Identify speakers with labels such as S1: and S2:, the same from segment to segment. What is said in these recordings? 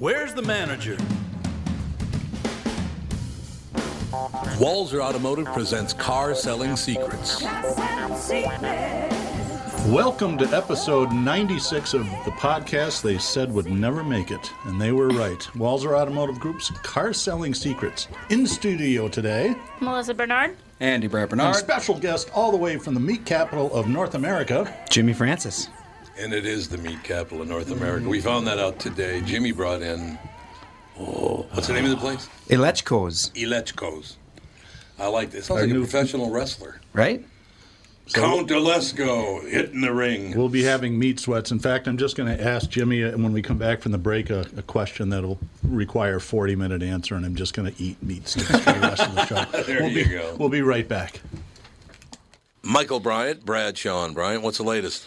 S1: Where's the manager? Walzer Automotive presents Car Selling Secrets.
S2: Welcome to episode 96 of the podcast they said would never make it, and they were right. Walzer Automotive Group's Car Selling Secrets. In studio today,
S3: Melissa Bernard.
S4: Andy Brad
S2: our
S4: Bernard.
S2: special guest all the way from the meat capital of North America,
S4: Jimmy Francis.
S1: And it is the meat capital of North America. We found that out today. Jimmy brought in. Oh, what's the name of the place?
S4: Elechkos,
S1: Elechkos. I like this. Sounds like a
S2: new-
S1: professional wrestler.
S4: right?
S1: Count Olesko hitting the ring.
S2: We'll be having meat sweats. In fact, I'm just going to ask Jimmy uh, when we come back from the break a, a question that'll require 40 minute answer, and I'm just going to eat meat sticks for the rest of the show.
S1: There
S2: we'll
S1: you
S2: be,
S1: go.
S2: We'll be right back.
S1: Michael Bryant, Brad Sean Bryant. What's the latest?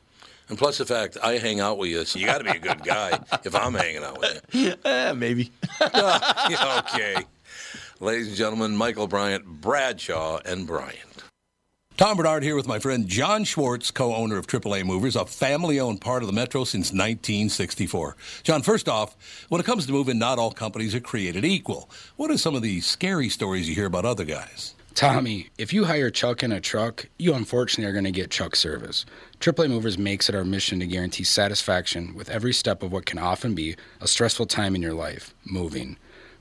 S1: And plus the fact I hang out with you, so you got to be a good guy if I'm hanging out with you.
S5: Eh, maybe.
S1: Yeah, okay. Ladies and gentlemen, Michael Bryant, Bradshaw, and Bryant. Tom Bernard here with my friend John Schwartz, co owner of AAA Movers, a family owned part of the Metro since 1964. John, first off, when it comes to moving, not all companies are created equal. What are some of the scary stories you hear about other guys?
S4: Tommy, if you hire Chuck in a truck, you unfortunately are going to get Chuck service. AAA Movers makes it our mission to guarantee satisfaction with every step of what can often be a stressful time in your life, moving.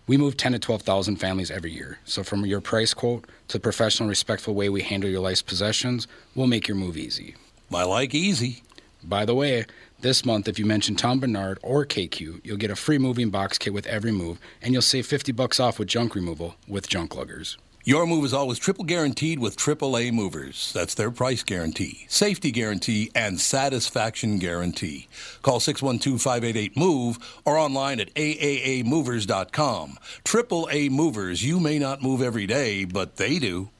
S4: We move 10 to 12,000 families every year. So from your price quote to the professional respectful way we handle your life's possessions, we'll make your move easy.
S1: My like easy.
S4: By the way, this month, if you mention Tom Bernard or KQ, you'll get a free moving box kit with every move, and you'll save 50 bucks off with junk removal with junk luggers.
S1: Your move is always triple guaranteed with AAA Movers. That's their price guarantee, safety guarantee, and satisfaction guarantee. Call 612-588-MOVE or online at aaamovers.com. AAA Movers, you may not move every day, but they do.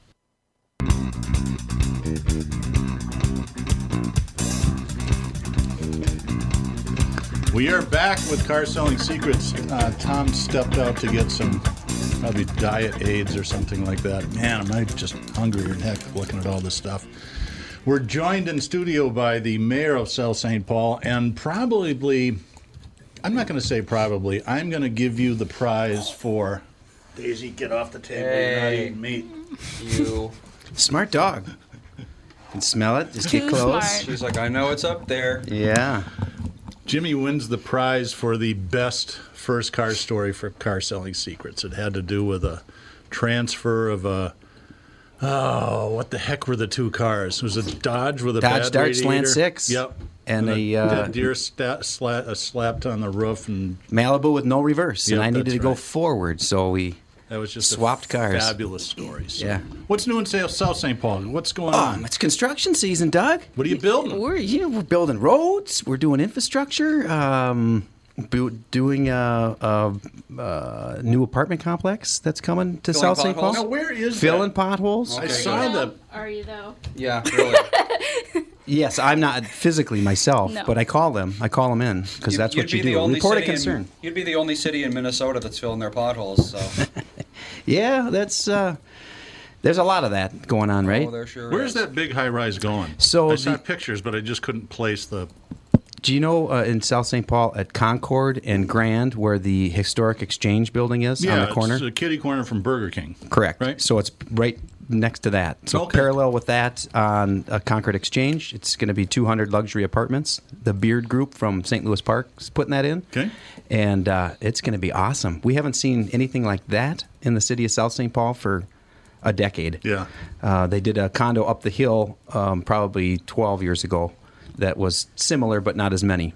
S2: We are back with Car Selling Secrets. Uh, Tom stepped out to get some probably diet aids or something like that. Man, am I just hungry and heck looking at all this stuff. We're joined in studio by the mayor of South St. Paul and probably, I'm not going to say probably, I'm going to give you the prize for Daisy, get off the table. You're not eating meat.
S6: you.
S7: Smart dog. Can smell it. Just get
S3: Too
S7: close.
S3: smart.
S6: She's like, I know it's up there.
S7: Yeah.
S2: Jimmy wins the prize for the best first car story for car selling secrets. It had to do with a transfer of a oh, what the heck were the two cars? It was a Dodge with a
S7: Dodge
S2: bad
S7: Dart
S2: radiator.
S7: Slant six.
S2: Yep.
S7: And a,
S2: the
S7: uh,
S2: deer sta- sla- uh, slapped on the roof and
S7: Malibu with no reverse, and
S2: Yep,
S7: I needed
S2: that's
S7: to go
S2: right.
S7: forward, so we
S8: That was just a
S7: Swapped cars.
S8: Fabulous story. So,
S7: Yeah.
S8: What's new in South South St. Paul? What's going
S7: Um,
S8: on?
S7: it's construction season, Doug.
S8: What are you building?
S7: We're you know we're building roads. We're doing infrastructure. Um, bu- doing a, a, a new apartment complex that's coming to
S6: Filling
S7: South St. Paul.
S6: potholes?
S8: Now, where is
S7: filling
S8: that?
S7: potholes?
S8: I saw the.
S3: Are you though?
S6: Yeah, really.
S7: Yes, I'm not physically myself,
S3: No.
S7: but I call them. I call them in because that's
S6: You'd
S7: what
S6: be
S7: you
S6: the
S7: do.
S6: only
S7: Report a
S6: city in-
S7: concern.
S6: you'd be the only city in Minnesota that's filling their potholes. So,
S7: Yeah, that's uh, there's a lot of that going on, right?
S6: oh, there sure.
S8: Where's
S6: is.
S8: that big high rise going?
S7: So
S8: I saw
S7: the-
S8: pictures, but I just couldn't place the.
S7: Do you know uh, in South St. Paul at Concord and Grand where the historic exchange building is
S8: Yeah,
S7: on the corner?
S8: It's a kitty corner from Burger King.
S7: Correct.
S8: Right.
S7: So it's right next to that. So
S8: Okay.
S7: parallel with that on uh, Concord Exchange, it's going to be 200 luxury apartments. The Beard Group from St. Louis Park is putting that in.
S8: Okay.
S7: And uh, it's going to be awesome. We haven't seen anything like that in the city of South St. Paul for a decade.
S8: Yeah.
S7: Uh, they did a condo up the hill um, probably 12 years ago that was similar but not as many.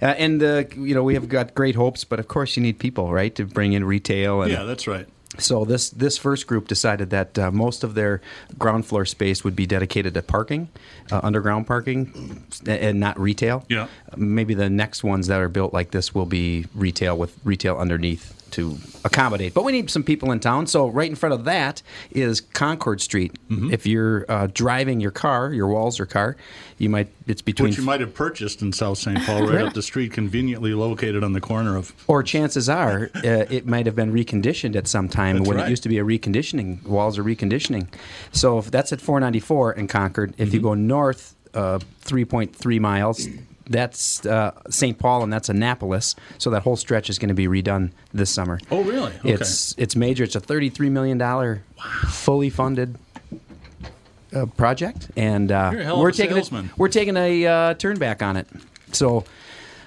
S7: Uh, and uh, you know we have got great hopes, but of course you need people, right, to bring in retail and
S8: Yeah, that's right.
S7: so this this first group decided that uh, most of their ground floor space would be dedicated to parking, uh, underground parking, a- and not retail.
S8: Yeah.
S7: Maybe the next ones that are built like this will be retail with retail underneath to accommodate. But we need some people in town. So right in front of that is Concord Street.
S8: Mm-hmm.
S7: If you're uh, driving your car, your walls or car, you might it's between
S8: Which you might have purchased in South St. Paul, right up the street, conveniently located on the corner of.
S7: Or chances are, uh, it might have been reconditioned at some time
S8: That's
S7: when
S8: right.
S7: it used to be a reconditioning. Walls are reconditioning. So if that's at 494 in Concord. If
S8: Mm-hmm.
S7: you go north uh, 3.3 miles, that's uh, St. Paul and that's Annapolis. So that whole stretch is going to be redone this summer.
S8: Oh, really? Okay.
S7: It's it's major. It's a 33 million dollar, fully funded. Uh, project and uh,
S8: You're a hell of
S7: we're
S8: a
S7: taking
S8: salesman.
S7: we're taking a uh, turn back on it. So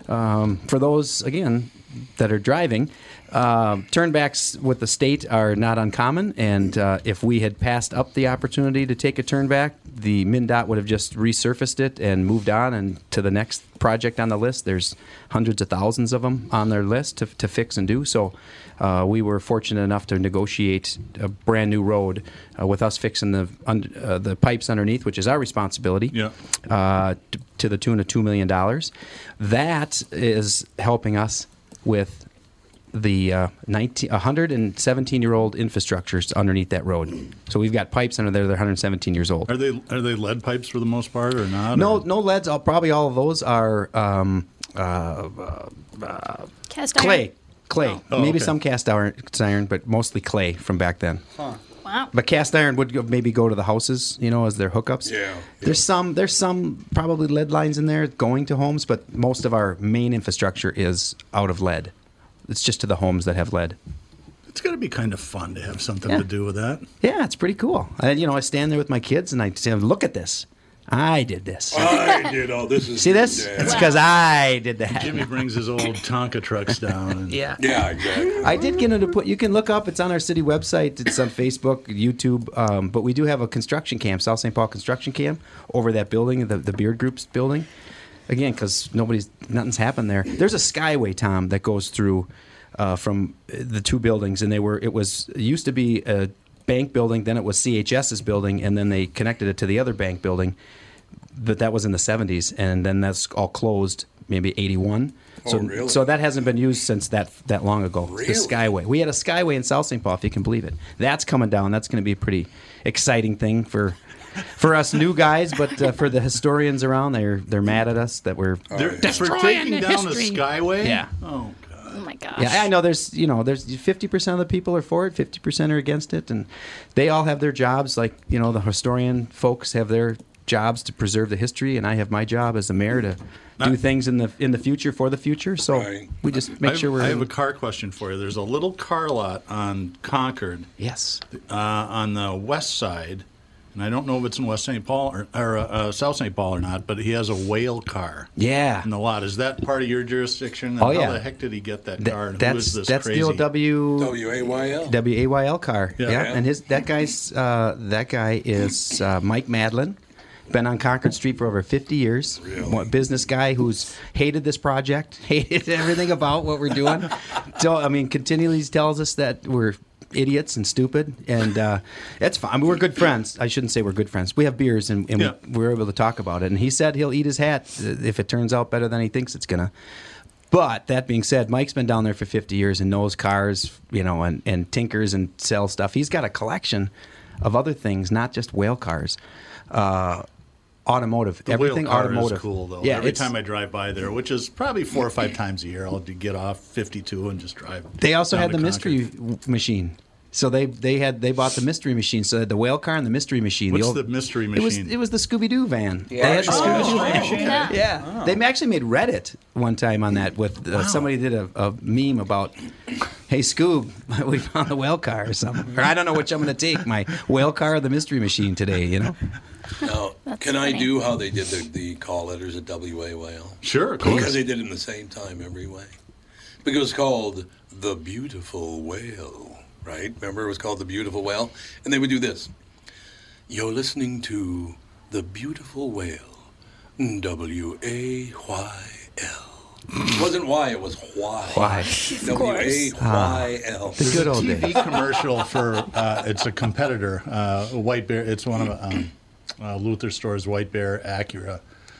S7: Um, for those again that are driving, uh, turnbacks with the state are not uncommon. And uh, if we had passed up the opportunity to take a turnback, the MnDOT would have just resurfaced it and moved on and to the next project on the list. There's hundreds of thousands of them on their list to, to fix and do. So uh, we were fortunate enough to negotiate a brand new road uh, with us fixing the un- uh, the pipes underneath, which is our responsibility
S8: Yeah.
S7: uh, t- to the tune of two million dollars. That is helping us with the uh, 19, 117 year old infrastructures underneath that road. So we've got pipes under there; they're 117 years old.
S8: Are they are they lead pipes for the most part, or not?
S7: No,
S8: or-
S7: no leads. All, probably all of those are um, uh,
S3: Cast
S7: clay, clay.
S8: Oh,
S7: maybe
S8: okay.
S7: some cast iron, iron, but mostly clay from back then.
S3: Iron. Wow.
S7: But cast iron would go, maybe go to the houses, you know, as their hookups.
S8: Yeah.
S7: There's some there's some probably lead lines in there going to homes, but most of our main infrastructure is out of lead. It's just to the homes that have lead.
S8: It's got to be kind of fun to have something
S7: Yeah.
S8: to do with that.
S7: Yeah, it's pretty cool. And you know, I stand there with my kids and I say, "Look at this. I did this.
S1: I did all this. Is
S7: See this? It's because I did that."
S8: Jimmy brings his old Tonka trucks down. And yeah.
S1: Yeah, exactly.
S7: I did get into put. You can look up. It's on our city website. It's on Facebook, YouTube. Um, but we do have a construction camp, South St. Paul construction camp, over that building, the the Beard Group's building. Again, because nobody's nothing's happened there. There's a skyway, Tom, that goes through uh, from uh, the two buildings, and they were. It was it used to be a bank building, then it was CHS's building, and then they connected it to the other bank building. But that was in the 70s, and then that's all closed, maybe 81. so,
S1: Oh, really?
S7: so that hasn't been used since that that long ago. The
S1: Really?
S7: Skyway. We had a Skyway in South St. Paul, if you can believe it. That's coming down. That's going to be a pretty exciting thing for for us new guys, but uh, for the historians around, they're they're mad at us that we're.
S1: Oh,
S8: They're, for taking down a skyway.
S7: Yeah.
S8: Oh God.
S3: Oh my gosh.
S7: Yeah, I know. There's you know, there's 50 percent of the people are for it, 50 percent are against it, and they all have their jobs. Like you know, the historian folks have their jobs to preserve the history, and I have my job as the mayor to do things in the in the future for the future. So
S1: Right.
S7: we just make
S8: I have,
S7: sure we're.
S8: I have a car question for you. There's a little car lot on Concord
S7: yes.
S8: uh, on the west side, and I don't know if it's in West St. Paul or, or uh, uh, South St. Paul or not. But he has a whale car.
S7: Yeah.
S8: In the lot is that part of your jurisdiction? And
S7: Oh, yeah.
S8: How the heck did he get that
S7: Th-
S8: car? and who
S7: that's
S8: is this
S7: that's
S8: crazy?
S7: the old W
S1: W A Y L.
S7: W A Y L car.
S8: Yeah.
S7: Yeah.
S8: Yeah.
S7: and his that guy's uh, that guy is uh, Mike Madlin. Been on Concord Street for over 50 years. One Business guy who's hated this project, hated everything about what we're doing. so I mean, continually tells us that we're idiots and stupid, and uh, that's fine. we're good friends. I shouldn't say we're good friends. We have beers, and, and
S2: Yeah.
S7: we, we're able to talk about it. And he said he'll eat his hat uh, if it turns out better than he thinks it's gonna. But that being said, Mike's been down there for 50 years and knows cars, you know, and, and tinkers and sells stuff. He's got a collection of other things, not just whale cars. Uh, automotive,
S2: The whale
S7: everything
S2: car is
S7: automotive.
S2: cool though.
S7: Yeah,
S2: Every
S7: it's-
S2: time I drive by there, which is probably four or five times a year, I'll get off 52 and just drive.
S7: They also
S2: down
S7: had
S2: to
S7: the mystery w- machine. So they they had they bought the mystery machine. So they had the whale car and the mystery machine.
S2: What's
S7: old-
S2: the mystery
S7: It was
S2: machine?
S7: it was the Scooby Doo van.
S6: Yeah.
S7: They had the
S6: Oh,
S7: Scooby Doo
S6: okay.
S7: van.
S3: Yeah.
S7: Yeah,
S6: Oh.
S7: they actually made Reddit one time on that. With uh, somebody did a, a meme about, "Hey Scoob, we found the whale car or something." Or I don't know which I'm going to take my whale car or the mystery machine today. You know,
S1: Now,
S3: That's
S1: Oh, can I
S3: funny.
S1: do how they did the, the call letters at WA Whale?
S2: Sure, of
S1: Because
S2: course.
S1: they did it in the same time every way. Because it was called The Beautiful Whale, right? Remember, it was called The Beautiful Whale? And they would do this You're listening to The Beautiful Whale, W A Y L. It wasn't why, it was why.
S7: Why.
S1: W A Y L.
S7: the
S2: Ah.
S7: good old days.
S2: TV commercial for uh, it's a competitor, uh, White Bear. It's one of um, uh, Luther Store's White Bear Acura,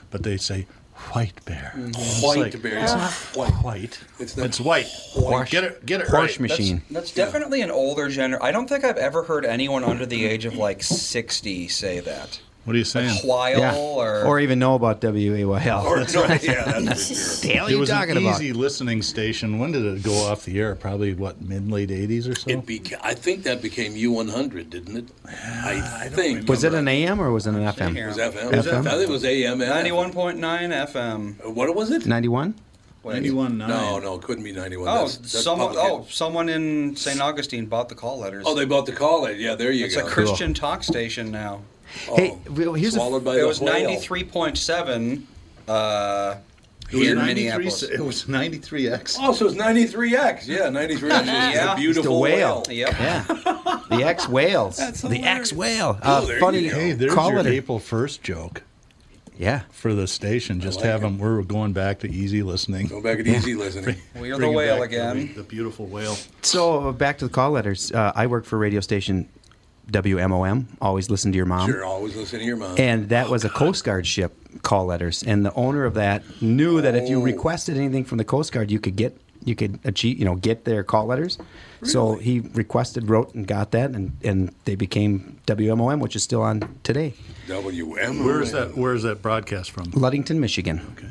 S2: but they say White Bear.
S7: Mm-hmm.
S2: It's
S1: White
S2: like,
S1: bear.
S2: It's
S1: It's
S2: not
S1: white.
S2: white.
S1: It's
S2: It's,
S1: not
S2: white.
S1: Horse-
S2: get it. Get it.
S7: Horse
S2: right.
S7: machine.
S6: That's definitely an older gener. I don't think I've ever heard anyone under the age of like 60 say that.
S2: What are you saying?
S6: While
S7: Yeah.
S6: or,
S7: or even know about WAYL.
S1: Or, no, yeah, that's for sure.
S7: the hell
S2: It was an easy listening station. When did it go off the air? Probably what mid late '80s or so.
S1: It beca- I think that became U100, didn't it? I think.
S7: Was it an AM or was it an
S1: It
S7: FM?
S1: was FM. Was it-
S7: FM?
S1: I think it was AM.
S6: 91.9 FM.
S1: What was it?
S7: Ninety-one.
S6: Wait.
S2: 91
S1: No, no, it couldn't be 91.
S6: Oh,
S1: that's, that's
S6: someone!
S1: public.
S6: Oh, someone in St. Augustine bought the call letters.
S1: Oh, they bought the call it. Yeah, there you
S6: it's
S1: go.
S6: a Christian talk station now.
S1: Oh,
S7: Hey, well, here's a-
S1: swallowed by
S6: It
S1: the
S6: was
S1: whale.
S6: ninety three point seven. Uh,
S2: It was
S6: in
S2: 93.
S6: Minneapolis.
S2: It was 93X.
S1: Oh, so it's 93X. Yeah, 93X is
S6: Yeah.
S1: the beautiful whale.
S6: Yep.
S7: Yeah. The ex whales. The ex whale.
S1: Oh, there you
S7: funny.
S1: go.
S2: Hey, there's
S7: call
S2: your
S7: it a-
S2: April 1st joke
S7: Yeah.
S2: for the station. Just have them. We're going back to easy listening.
S1: Go back and easy listening.
S6: We're the
S2: Bring it back
S6: whale
S2: to
S6: again.
S2: The, the beautiful whale.
S7: So uh, back to the call letters. Uh, I work for radio station WMOM. Always listen to your mom.
S1: You're always listening to your mom.
S7: And that was a Coast Guard ship call letters, and the owner of that knew that if you
S1: Oh.
S7: requested anything from the Coast Guard, you could get you could achieve you know get their call letters. So he requested, wrote, and got that, and and they became WMOM, which is still on today,
S1: WM.
S2: Where is that? Where is that broadcast from?
S7: Ludington, Michigan. Okay.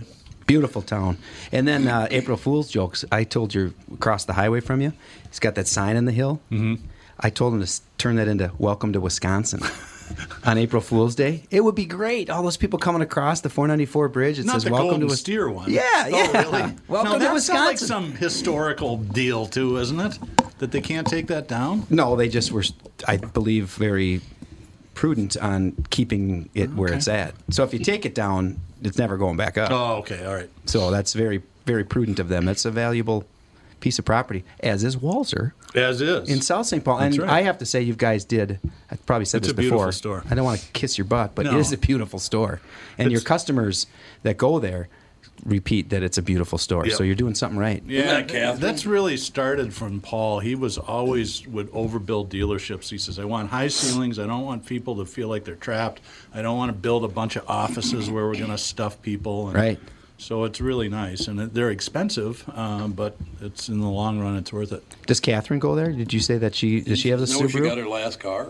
S7: Beautiful town. And then uh, April Fool's jokes. I told you across the highway from you, he's got that sign in the hill. Mm-hmm. I told him to s- turn that into Welcome to Wisconsin on April Fool's Day. It would be great. All those people coming across the 494 bridge. It
S2: Not
S7: says
S2: the
S7: Welcome
S2: golden
S7: to Wis-"
S2: steer one.
S7: Yeah, yeah.
S2: Oh, really?
S7: Welcome
S2: now,
S7: to
S2: that's not like
S7: Wisconsin.
S2: some historical deal, too, isn't it? That they can't take that down.
S7: No, they just were, I believe, very prudent on keeping it where
S2: Oh, Okay.
S7: it's at. So if you take it down, it's never going back up.
S2: Oh, okay, all right.
S7: So that's very, very prudent of them. That's a valuable piece of property, as is Walzer
S2: As is.
S7: in South St. Paul.
S2: That's
S7: and
S2: right.
S7: I have to say, you guys did. I probably said
S2: It's
S7: this
S2: a beautiful
S7: before.
S2: store.
S7: I don't want to kiss your butt, but
S2: No.
S7: it is a beautiful store, and your
S2: It's-
S7: customers that go there repeat that it's a beautiful store.
S2: Yep.
S7: So you're doing something right.
S1: Isn't that Catherine?
S2: that's really started from Paul. He was always would overbuild dealerships. He says, "I want high ceilings. I don't want people to feel like they're trapped. I don't want to build a bunch of offices where we're going to stuff people." And
S7: Right.
S2: So it's really nice, and it- they're expensive, um, but it's in the long run, it's worth it.
S7: Does Catherine go there? Did you say that she? Does she have the
S1: know where she got
S7: Subaru?
S1: her last car?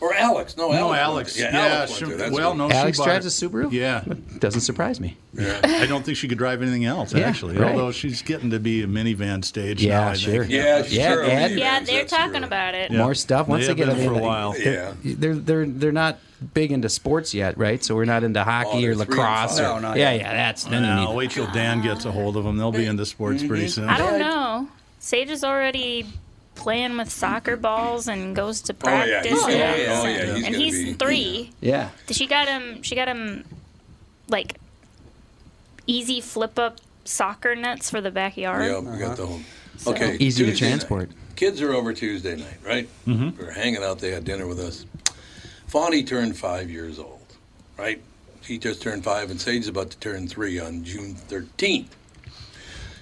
S1: Or Alex? No,
S2: No,
S1: Alex. went
S2: Oh, Alex.
S1: there.
S2: Yeah,
S1: Yeah, Alex. went
S2: sure.
S1: there. That's
S2: well,
S1: right.
S2: no,
S7: Alex
S2: she bought it.
S7: drives a Subaru.
S2: Yeah,
S7: Doesn't surprise me.
S2: I don't think she could drive anything else
S7: Yeah,
S2: actually.
S7: right.
S2: Although she's getting to be a minivan stage
S7: Yeah,
S2: now. I
S7: sure.
S2: Think.
S1: Yeah, she's
S7: Yeah,
S1: sure.
S7: Ed?
S3: Yeah, they're
S1: That's true.
S3: talking about it.
S2: Yeah.
S7: More stuff. Once
S2: They
S7: they,
S2: have
S7: get
S2: been for a
S7: they-
S2: while.
S7: they're-
S1: Yeah.
S7: they're they're they're not big into sports yet, right? So we're not into hockey
S1: Oh, they're
S7: or
S1: three and five.
S7: lacrosse. or-
S6: No, not
S7: yeah,
S6: yet.
S7: yeah. That's then you
S2: Now,
S7: need.
S2: wait till Dan gets a hold of them. They'll be into sports pretty
S1: Mm-hmm.
S2: soon.
S3: I don't know. Sage is already playing with soccer balls and goes to
S1: Oh, yeah,
S3: practice.
S1: he's-
S3: and-
S1: yeah, yeah, oh, yeah, he's
S3: and
S1: gonna
S3: he's
S1: be-
S3: three.
S7: Yeah.
S3: She got him. She got him, like, easy flip up soccer nets for the backyard.
S1: Yeah, we got the home. Okay.
S7: Uh-huh. Easy to
S1: Tuesday night.
S7: transport.
S1: Kids are over Tuesday night, right? We were hanging out. They had dinner with us. Fonny turned five years old, right? He just turned five, and Sage's about to turn three on June 13th.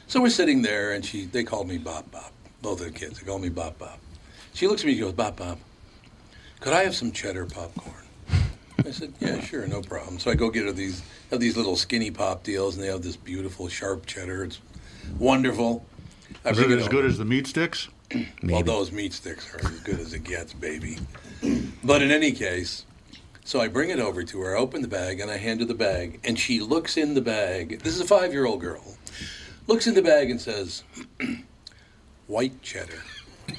S1: So we're sitting there, and she they called me Bob Bob. Both of the kids, they called me Bob Bob. She looks at me and goes, Bob, Bob, could I have some cheddar popcorn? I said, yeah, sure, no problem. So I go get her these, have these little skinny pop deals, and they have this beautiful sharp cheddar. It's wonderful. I
S2: Is
S1: bring
S2: it as
S1: over.
S2: good as the meat sticks?
S1: Well, those meat sticks are as good as it gets, baby. But in any case, so I bring it over to her, I open the bag, and I hand her the bag, and she looks in the bag. This is a five year old girl. Looks in the bag and says, White cheddar.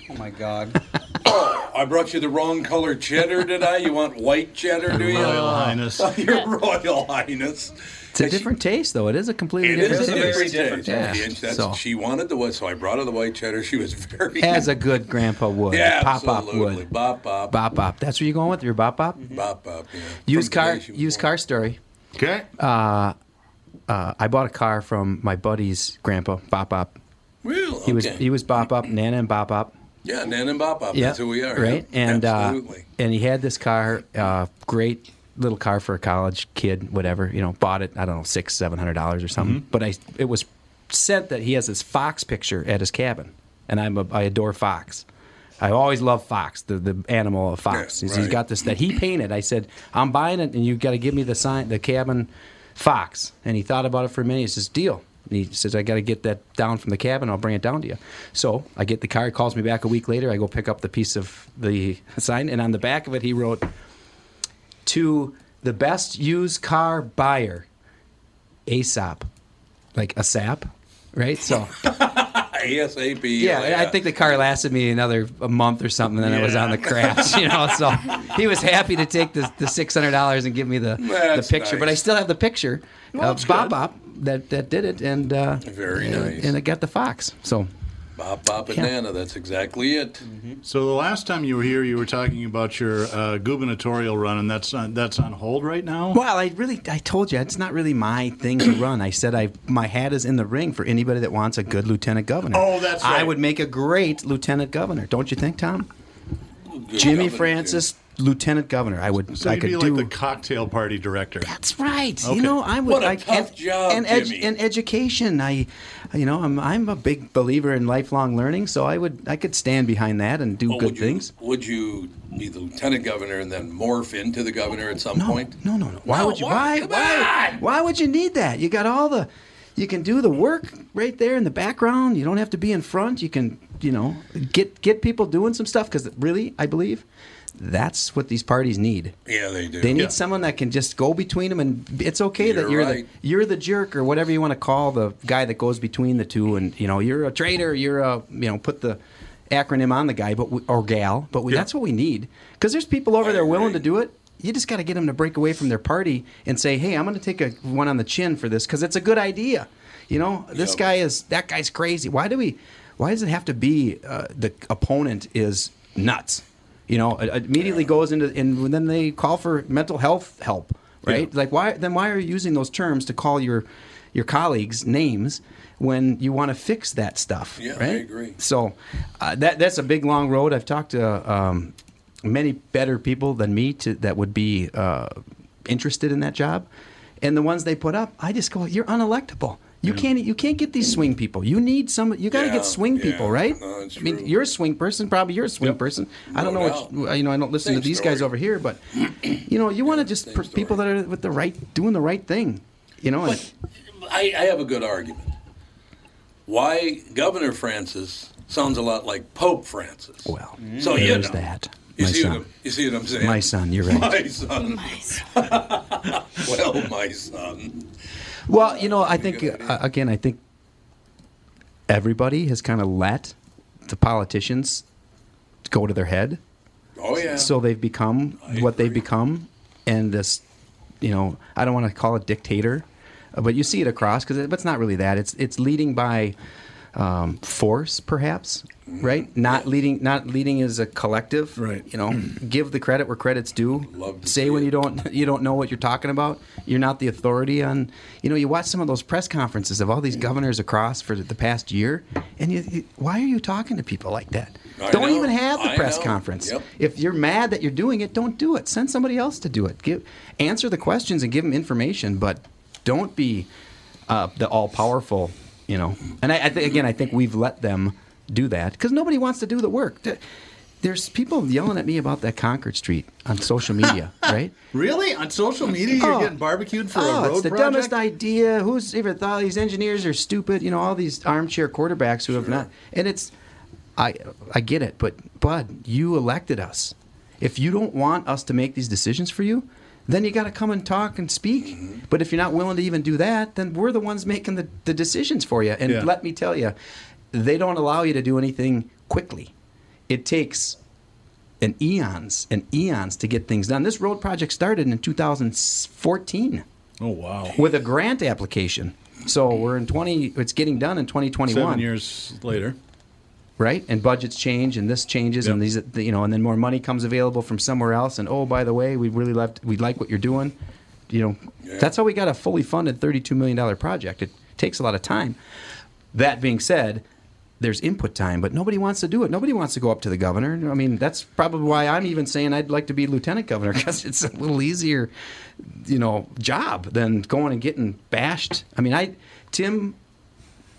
S6: Oh my God.
S1: Oh, I brought you the wrong color cheddar, did I? You want white cheddar, do you?
S8: Royal Highness.
S1: Your Royal Highness.
S7: It's a different taste, though. It is a completely
S1: It
S7: different
S1: is a
S7: taste.
S1: different taste.
S7: Yeah.
S1: And that's-
S7: So-
S1: She wanted the white, so I brought her the white cheddar. She was very
S7: As a good grandpa would.
S1: yeah,
S7: Pop up
S1: absolutely.
S7: would.
S1: Bop bop.
S7: Bop bop. That's where you're going with your bop bop?
S1: Bop bop. Yeah.
S7: Used
S1: From
S7: car,
S1: Malaysia
S7: used
S1: before.
S7: car story.
S2: Okay.
S7: Uh, I bought a car from my buddy's grandpa, Bop Bop.
S1: Real.
S7: He was
S1: okay.
S7: he was Bop Bop, Nana and Bop Bop.
S1: Yeah, Nan and Bop Bop.
S7: Yeah,
S1: That's who we are.
S7: Right,
S1: yeah.
S7: and uh,
S1: absolutely.
S7: and he had this car, uh, great little car for a college kid, whatever. You know, bought it. I don't know, six, seven hundred dollars or something.
S1: Mm-hmm.
S7: But I, it was sent that he has this fox picture at his cabin, and I'm a, I adore fox. I always love fox, the the animal of fox.
S1: Yeah,
S7: He's-
S1: right.
S7: He's got this that he painted. I said, I'm buying it, and you got to give me the sign, the cabin fox. And he thought about it for a minute. He says, deal. And he says, I got to get that down from the cabin. I'll bring it down to you. So I get the car. He calls me back a week later. I go pick up the piece of the sign, and on the back of it, he wrote, "To the best used car buyer, ASAP, like a sap." Right, so
S1: ASAP.
S7: yeah, I think the car lasted me another a month or something, and then it was on the crash, you know. So he was happy to take the, the six hundred dollars and give me the, the
S1: That's
S7: picture, but I
S1: nice.
S7: still have the picture of Bob Bop that, that did it, and uh,
S1: Very
S7: and,
S1: nice.
S7: and I got the fox. So
S1: Bop Bop and
S7: Yeah. Mm-hmm.
S1: Nana. That's exactly it.
S2: So the last time you were here, you were talking about your uh, gubernatorial run, and that's on, that's on hold right now.
S7: well, I really I told you it's not really my thing to run. I said I my hat is in the ring for anybody that wants a good lieutenant governor.
S2: Oh, that's
S7: I
S2: right.
S7: would make a great lieutenant governor, don't you think, Tom?
S1: Good
S7: Jimmy
S1: governor, too.
S7: Francis, lieutenant governor. I would.
S2: So
S7: I
S2: you'd
S7: could
S2: be
S7: do
S2: like the cocktail party director.
S7: That's right.
S2: Okay.
S7: You know, I would
S1: What a
S7: like
S1: tough
S7: and,
S1: job,
S7: and, edu-
S1: Jimmy.
S7: and education. I, you know, I'm I'm a big believer in lifelong learning, so I would I could stand behind that and do
S1: Well,
S7: good
S1: would you,
S7: things.
S1: Would you be the lieutenant governor and then morph into the governor at some
S7: No,
S1: point?
S7: no, no, no. Why
S1: No,
S7: would you?
S1: why?
S7: Why?
S1: Come
S7: Why?
S1: on!
S7: Why would you need that? You got all the, you can do the work right there in the background. You don't have to be in front. You can, you know, get get people doing some stuff because really, I believe, that's what these parties need.
S1: Yeah, they do.
S7: They need
S2: Yeah.
S7: someone that can just go between them, and it's okay
S1: You're
S7: that you're
S1: right.
S7: the you're the jerk or whatever you want to call the guy that goes between the two, and you know you're a traitor, you're a you know put the acronym on the guy, but we, or gal, but we, that's what we need because there's people over
S1: I
S7: there willing
S1: agree.
S7: to do it. You just got to get them to break away from their party and say, hey, I'm going to take a one on the chin for this because it's a good idea. You know, this
S1: Yep.
S7: guy is that guy's crazy. Why do we? Why does it have to be uh, the opponent is nuts? You know, it- it immediately goes into and then they call for mental health help, right? Like why? Then why are you using those terms to call your your colleagues names when you want to fix that stuff?
S1: Yeah, I
S7: right?
S1: agree.
S7: So uh, that that's a big long road. I've talked to um, many better people than me to, that would be uh, interested in that job, and the ones they put up, I just go, you're unelectable. You can't you can't get these swing people. You need some. You got to
S1: Yeah,
S7: get swing
S1: yeah.
S7: people, right?
S1: No, it's
S7: I mean,
S1: true.
S7: you're a swing person. Probably you're a swing person. I don't
S1: No
S7: know. What
S1: doubt.
S7: you, you know, I don't listen
S1: Same
S7: to these guys
S1: story.
S7: over here, but you know, you want to just
S1: same
S7: pr- people that are with the right doing the right thing. You know, and,
S1: But I, I have a good argument. Why Governor Francis sounds a lot like Pope Francis.
S7: well,
S1: so you
S7: there's
S1: know.
S7: that.
S1: You
S7: my
S1: see,
S7: son.
S1: What I'm, you see what I'm saying?
S7: My son, you're right.
S1: My son.
S3: My son.
S1: Well, my son.
S7: Well, you know, I think
S1: good idea.
S7: uh, again, I think everybody has kind of let the politicians go to their head,
S1: Oh, yeah.
S7: so they've become
S1: I
S7: what they've
S1: agree.
S7: become, and this, you know, I don't want to call it dictator, uh, but you see it across because it, but it's not really that. It's it's leading by um, force, perhaps, right?
S1: Mm.
S7: Not leading, not leading as a collective,
S8: Right.
S7: You know, give the credit where credit's due.
S1: Love to see
S7: Say when
S1: it.
S7: you don't don't you don't know what you're talking about. You're not the authority on. You know, you watch some of those press conferences of all
S1: Mm.
S7: these governors across for the past year, and you, you- why are you talking to people like that?
S1: I
S7: don't
S1: know.
S7: even have the
S1: I
S7: press
S1: know.
S7: conference.
S1: Yep.
S7: If you're mad that you're doing it, don't do it. Send somebody else to do it. Give answer the questions and give them information, but don't be uh, the all powerful. You know, and I, I th- again, I think we've let them do that because nobody wants to do the work. D- There's people yelling at me about that Concord Street on social media, right?
S2: Really? On social media, you're
S7: Oh.
S2: getting barbecued for
S7: oh,
S2: a road
S7: it's the
S2: project?
S7: dumbest idea. Who's ever thought these engineers are stupid? You know, all these armchair quarterbacks who have not. And it's, I, I get it, but Bud, you elected us. If you don't want us to make these decisions for you, then you got to come and talk and speak.
S2: Mm-hmm.
S7: But if you're not willing to even do that, then we're the ones making the, the decisions for you. And
S2: Yeah.
S7: let me tell you, they don't allow you to do anything quickly. It takes and eons and eons to get things done. This road project started in 2014
S2: Oh, wow.
S7: with a grant application. So we're in 20, it's getting done in 2021
S2: Seven years later.
S7: right? And budgets change, and this changes, and these, you know, and then more money comes available from somewhere else. And oh, by the way, we really left, we like what you're doing. You know, that's how we got a fully funded $32 million project. It takes a lot of time. That being said, there's input time, but nobody wants to do it. Nobody wants to go up to the governor. I mean, that's probably why I'm even saying I'd like to be lieutenant governor because it's a little easier, you know, job than going and getting bashed. I mean, I Tim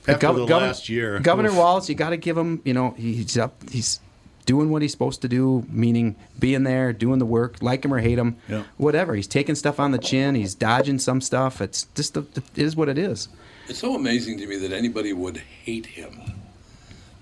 S2: After
S7: Uh, Gov-
S2: the
S7: Governor-
S2: last year.
S7: Governor
S2: Oof.
S7: Wallace, you got to give him. You know, he- he's up. He's doing what he's supposed to do, meaning being there, doing the work, like him or hate him,
S2: Yeah.
S7: whatever. He's taking stuff on the chin. He's dodging some stuff. It's just the, it is what it is.
S1: It's so amazing to me that anybody would hate him.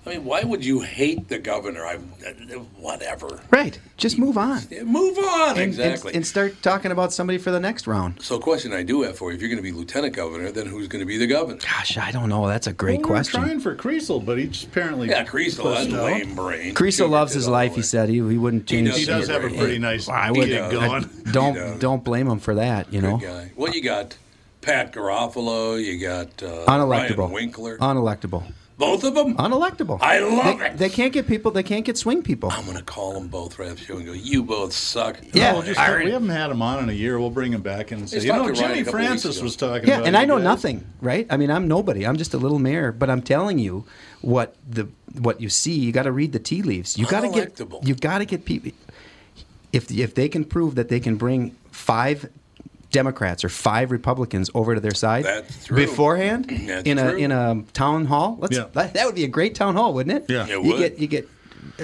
S1: I mean, why would you hate the governor? I, whatever.
S7: Right. Just move on.
S1: Yeah, Move on.
S7: And- and-
S1: exactly.
S7: and start talking about somebody for the next round.
S1: so, question I do have for you: If you're going to be lieutenant governor, then who's going to be the governor?
S7: Gosh, I don't know. That's a great
S2: Well, we were
S7: question.
S2: trying for Creasel, but he's apparently.
S1: Yeah, Creasel,
S2: pushed
S1: that's
S2: out.
S1: lame brain.
S7: Creasel loves his
S1: Sugar's
S7: life.
S1: all
S7: He
S1: the
S7: said he, he wouldn't change.
S1: does-
S2: He does have a pretty nice
S7: I would-
S2: get
S7: I
S2: going.
S7: don't don't blame him for that. You know,
S1: way. guy. Well, you got Pat Garofalo. You got uh,
S7: unelectable.
S1: Ryan Winkler.
S7: Unelectable.
S1: both of them.
S7: Unelectable.
S1: I love
S7: they,
S1: it. Oh
S7: They can't get people. They can't get swing people.
S1: I'm going to call them both right after the show and go, "You both suck."
S7: Yeah.
S2: Well, just-
S1: I
S2: we
S1: already-
S2: haven't had him on in a year. We'll bring him back and say,
S1: He's
S2: you
S1: talked
S2: know,
S1: to Ryan a
S2: Jimmy
S1: couple weeks
S2: Francis
S1: ago.
S2: was talking
S7: Yeah,
S2: about
S7: and
S2: you
S7: I know
S2: guys.
S7: nothing, right? I mean, I'm nobody. I'm just a little mayor, but I'm telling you what the what you see. You got to read the tea leaves. You got to get
S1: Unelectable.
S7: you got to get people. If if they can prove that they can bring five Democrats or five Republicans over to their side
S1: That's true.
S7: beforehand
S1: That's
S7: in a
S1: true.
S7: in a town hall, let's
S2: Yeah.
S7: that, that would be a great town hall, wouldn't it?
S2: Yeah. It
S7: you
S1: would.
S7: get you get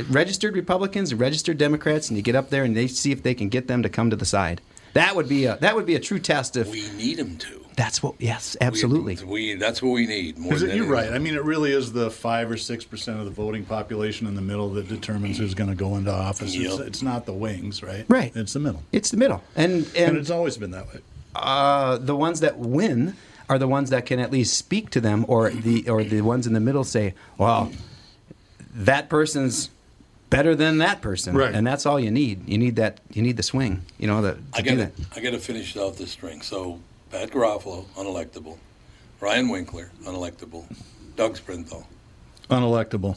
S7: registered Republicans and registered Democrats, and you get up there and they see if they can get them to come to the side. That would be a that would be a true test if
S1: We need them to.
S7: that's what. Yes, absolutely.
S1: We, we- that's what we need. More
S2: Is
S1: than
S2: it, you're
S1: anything.
S2: right. I mean, it really is the five or six percent of the voting population in the middle that determines who's going to go into office. It's,
S1: Yep.
S2: it's not the wings, right?
S7: Right.
S2: It's the middle,
S7: It's the middle, and
S2: and
S7: and
S2: it's always been that way.
S7: uh, the ones that win are the ones that can at least speak to them, or the or the ones in the middle say, "Well, that person's better than that person,"
S2: Right.
S7: and that's all you need. You need that. You need the swing. You know the, to
S1: I
S7: do
S1: got
S7: that.
S1: I got to finish out this string. So Pat Garofalo, unelectable. Ryan Winkler, unelectable. Doug Sprinthal.
S2: Unelectable.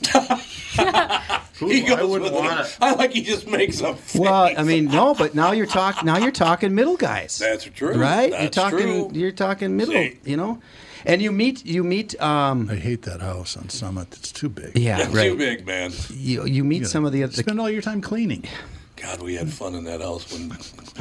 S2: Who-
S1: He
S2: I
S1: goes
S2: wouldn't
S1: with
S2: want
S1: it.
S2: it.
S1: I like he just makes up.
S7: Well,
S1: things.
S7: I mean, no, but now you're talk now you're talking middle guys.
S1: That's true.
S7: Right?
S1: That's
S7: you're talking
S1: true.
S7: you're talking middle,
S1: See.
S7: you know? And you meet you meet um
S2: I hate that house on Summit. It's too big.
S7: yeah,
S1: That's
S7: right.
S1: too big, man.
S7: You you meet some of the other
S2: Spend all your time cleaning.
S1: God, we had fun in that house when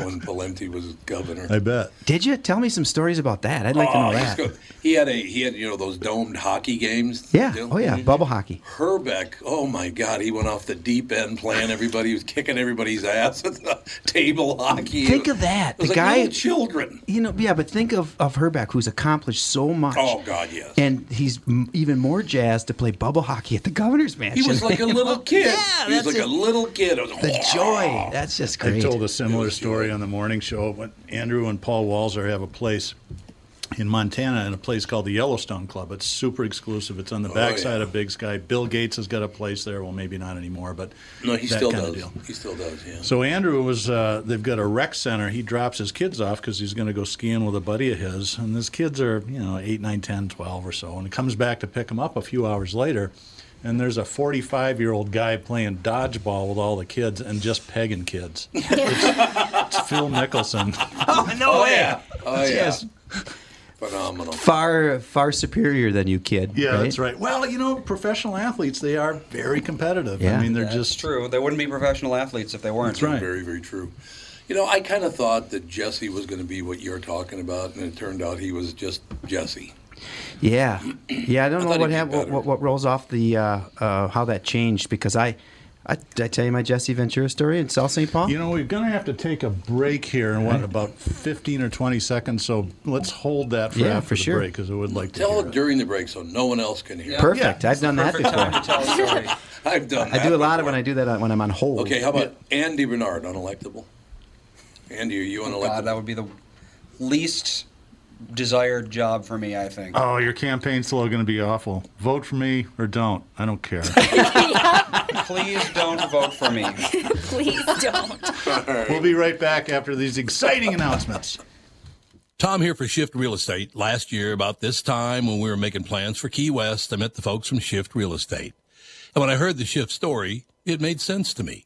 S1: when Valenti was governor.
S2: I bet.
S7: Did you tell me some stories about that? I'd like to know
S1: Oh, he's
S7: that.
S1: good. He had a he had you know those domed hockey games.
S7: Yeah.
S1: Dylan?
S7: Oh yeah, bubble hockey.
S1: Herbeck, oh my God, he went off the deep end playing everybody. He was kicking everybody's ass at the table hockey.
S7: Think of that.
S1: It was like
S7: The guy-
S1: little children.
S7: You know, yeah, but think of of Herbeck who's accomplished so much.
S1: Oh, God, yes.
S7: And he's m- even more jazzed to play bubble hockey at the governor's mansion.
S1: He was like a
S7: you know?
S1: little kid.
S7: Yeah,
S1: he was
S7: that's
S1: like
S7: it.
S1: a little kid. It was-
S7: the joy. That's just
S2: I
S7: great.
S2: told a similar
S1: was
S2: story on the morning show when Andrew and Paul Walzer have a place in Montana in a place called the Yellowstone Club. It's super exclusive. It's on the backside
S1: Oh, yeah.
S2: of Big Sky. Bill Gates has got a place there. Well, maybe not anymore, but
S1: No, he
S2: that
S1: still
S2: kinda
S1: does. He still does. Yeah.
S2: So Andrew was. Uh, they've got a rec center. He drops his kids off because he's going to go skiing with a buddy of his, and his kids are you know eight, nine, ten, twelve or so, and he comes back to pick them up a few hours later. And there's a 45 year old guy playing dodgeball with all the kids and just pegging kids. It's, it's Phil Nicholson.
S7: oh, no
S1: oh
S7: way.
S1: yeah. Oh yeah.
S7: Yes.
S1: Phenomenal.
S7: Far far superior than you, kid.
S2: Yeah, that's right. Well, you know, professional athletes, they are very competitive.
S7: Yeah.
S2: I mean, they're
S7: That's
S2: just.
S6: True. They wouldn't be professional athletes if they weren't.
S2: That's right.
S1: Very, very true. You know, I kind of thought that Jesse was going to be what you're talking about, and it turned out he was just Jesse.
S7: Yeah, yeah. I don't
S1: I
S7: know
S1: thought it'd
S7: what
S1: be
S7: happened.
S1: better.
S7: What, what rolls off the uh, uh, how that changed because I I, did I tell you my Jesse Ventura story in South St. Paul?
S2: You know, we're going to have to take a break here in what about 15 or 20 seconds. So let's hold that for
S7: Yeah,
S2: after
S7: for
S2: the
S7: sure.
S2: break because I would like to.
S1: Tell it during the break so no one else can hear. it.
S7: Perfect. I've done that
S1: perfect
S7: before.
S1: time to tell a story. I've done.
S7: I
S1: that
S7: do a lot of when I do that on- when I'm on hold.
S1: Okay, how about Andy Bernard, unelectable? Andy, are you
S7: Oh,
S1: unelectable?
S6: God, that would be the least desired job for me, I think.
S9: Uh,
S2: Oh, your campaign slogan would be awful. Vote for me or don't. I don't care.
S6: Please don't vote for me.
S3: Please don't.
S2: we'll be right back after these exciting announcements.
S1: Tom here for Shift Real Estate. Last year, about this time when we were making plans for Key West, I met the folks from Shift Real Estate. And when I heard the Shift story, it made sense to me.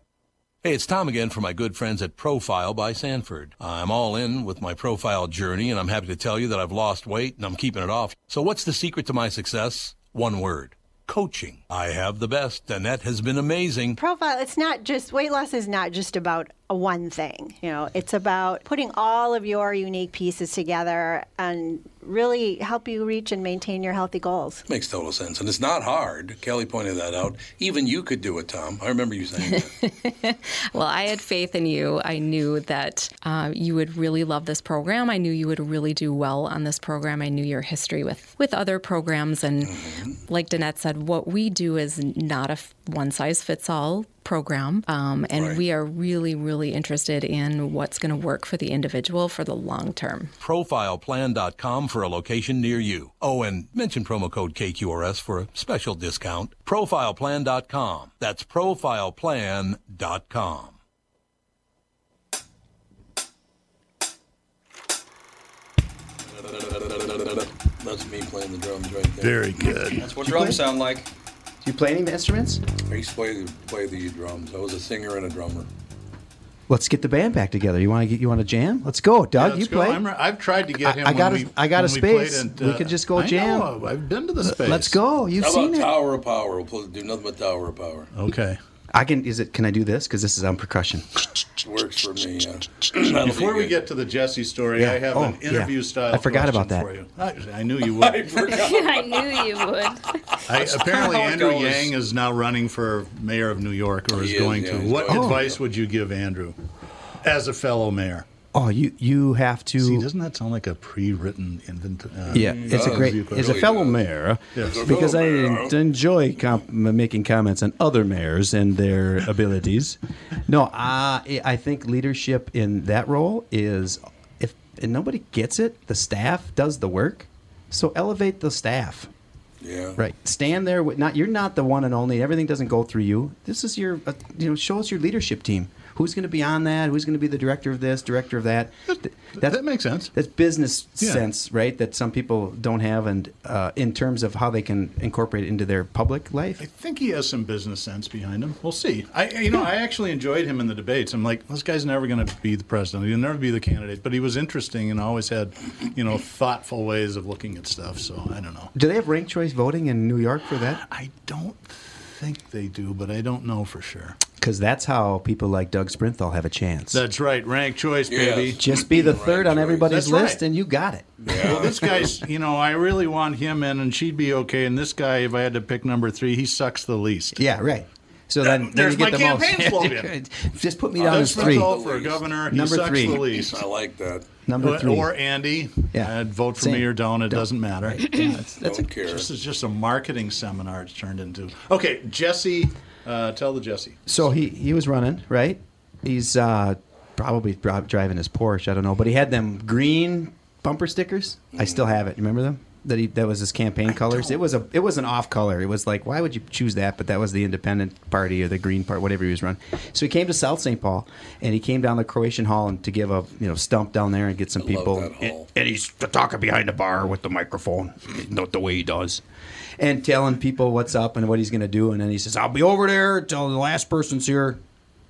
S1: Hey, it's Tom again for my good friends at Profile by Sanford. I'm all in with my profile journey, and I'm happy to tell you that I've lost weight and I'm keeping it off. So, what's the secret to my success? One word coaching. I have the best, and that has been amazing.
S10: profile it's not just weight loss is not just about a one thing you know it's about putting all of your unique pieces together and really help you reach and maintain your healthy goals
S1: Makes total sense, and it's not hard. Kelly pointed that out. Even you could do it, Tom. I remember you saying that.
S11: Well, I had faith in you. I knew that uh, you would really love this program. I knew you would really do well on this program. I knew your history with, with other programs. And like Danette said, what we do is not a one size fits all program. Um, and we are really, really interested in what's going to work for the individual for the long term.
S1: profileplan.com for a location near you. Oh, and mention promo code KQRS for a special discount. Profileplan.com. That's profileplan.com. That's me playing the drums right there.
S2: Very good.
S6: That's what drums sound like.
S7: Do you play any instruments?
S1: I used to play, play the drums. I was a singer and a drummer.
S7: Let's get the band back together. You want to get you want to jam? Let's go, Doug.
S2: Yeah,
S7: you
S2: let's go.
S7: play.
S2: I'm re- I've tried to get
S7: I-
S2: him.
S7: I
S2: when
S7: got a-
S2: we,
S7: I got a
S2: when we played
S7: space.
S2: at, uh,
S7: We could just go
S2: I
S7: jam. Uh,
S2: know. I've been to the space.
S7: Let's go. You've
S1: How
S7: seen
S1: about
S7: it.
S1: Tower of Power? We'll pl- do nothing but Tower of Power.
S2: Okay.
S7: I can. Is it? Can I do this? Because this is on percussion.
S1: Works for me. yeah. That'll be
S2: Before we
S1: good.
S2: get to the Jesse story,
S7: Yeah.
S2: I have
S7: Oh,
S2: an
S7: yeah.
S2: interview style.
S7: I forgot about
S2: question For you. I, I knew you would.
S1: I forgot.
S3: I knew you would.
S2: I, apparently,
S6: How it
S2: Andrew
S6: goes.
S2: Yang is now running for mayor of New York, or is
S1: Oh, He is,
S2: going
S1: yeah,
S2: to.
S1: he's
S2: What
S1: going to.
S2: advice would you give Andrew as a fellow mayor?
S7: Oh, you you have to.
S2: See, doesn't that sound like a pre-written inventory? Uh,
S7: yeah, it's a
S1: does.
S7: great.
S2: You
S7: As a
S1: really
S7: fellow
S1: does.
S7: mayor, uh,
S2: Yes. As a
S7: because I
S1: fellow mayor.
S7: d- enjoy com- making comments on other mayors and their abilities. No, I I think leadership in that role is if and nobody gets it, the staff does the work. So elevate the staff.
S1: Yeah.
S7: Right. Stand there. With, not you're not the one and only. Everything doesn't go through you. This is your, uh, you know, show us your leadership team. Who's going to be on that? Who's going to be the director of this? Director of that? Th-
S2: That, makes sense.
S7: That's business
S2: Yeah.
S7: sense, right? That some people don't have, and uh, in terms of how they can incorporate it into their public
S2: I
S7: life.
S2: think he has some business sense behind him. We'll see. I, you know, I actually enjoyed him in the debates. I'm like, this guy's never going to be the president. He'll never be the candidate. But he was interesting and always had, you know, thoughtful ways of looking at stuff. So I don't know.
S7: Do they have ranked choice voting in New York for that?
S2: I don't think they do, but I don't know for sure.
S7: Because that's how people like Doug Sprinthal have a chance.
S2: That's right, rank choice, baby.
S7: Just be the third on everybody's
S2: That's right.
S7: list, and you got it.
S2: Well, this guy's, you know, I really want him in, and she'd be okay. And this guy, if I had to pick number three, he sucks the least.
S7: Yeah, right. So then, then
S2: There's
S7: you get
S2: my
S7: the most.
S2: campaign slogan.
S7: Just put me down as
S2: That's
S7: three.
S2: all for governor. He
S7: Number
S2: sucks
S7: three.
S2: the least.
S1: I like that.
S7: Number
S2: Or-
S7: three.
S2: Or Andy. Yeah. I'd vote for
S7: Same.
S2: me or don't. It doesn't matter.
S7: That's,
S2: Don't care. This is just a marketing seminar it's turned into. Okay, Jesse, uh, tell the Jesse.
S7: So he, he was running, right? He's uh, probably dri- driving his Porsche. I don't know, but he had them green bumper stickers. I still have it. Remember them? That he that was his campaign colors. It was a it was an off color. It was like why would you choose that? But that was the Independent Party or the Green Party, whatever he was running. So he came to South St. Paul and he came down the Croatian Hall and to give a you know stump down there and get some people. And, and he's talking behind the bar with the microphone, not the way he does and telling people what's up and what he's going to do. And then he says, I'll be over there until the last person's here.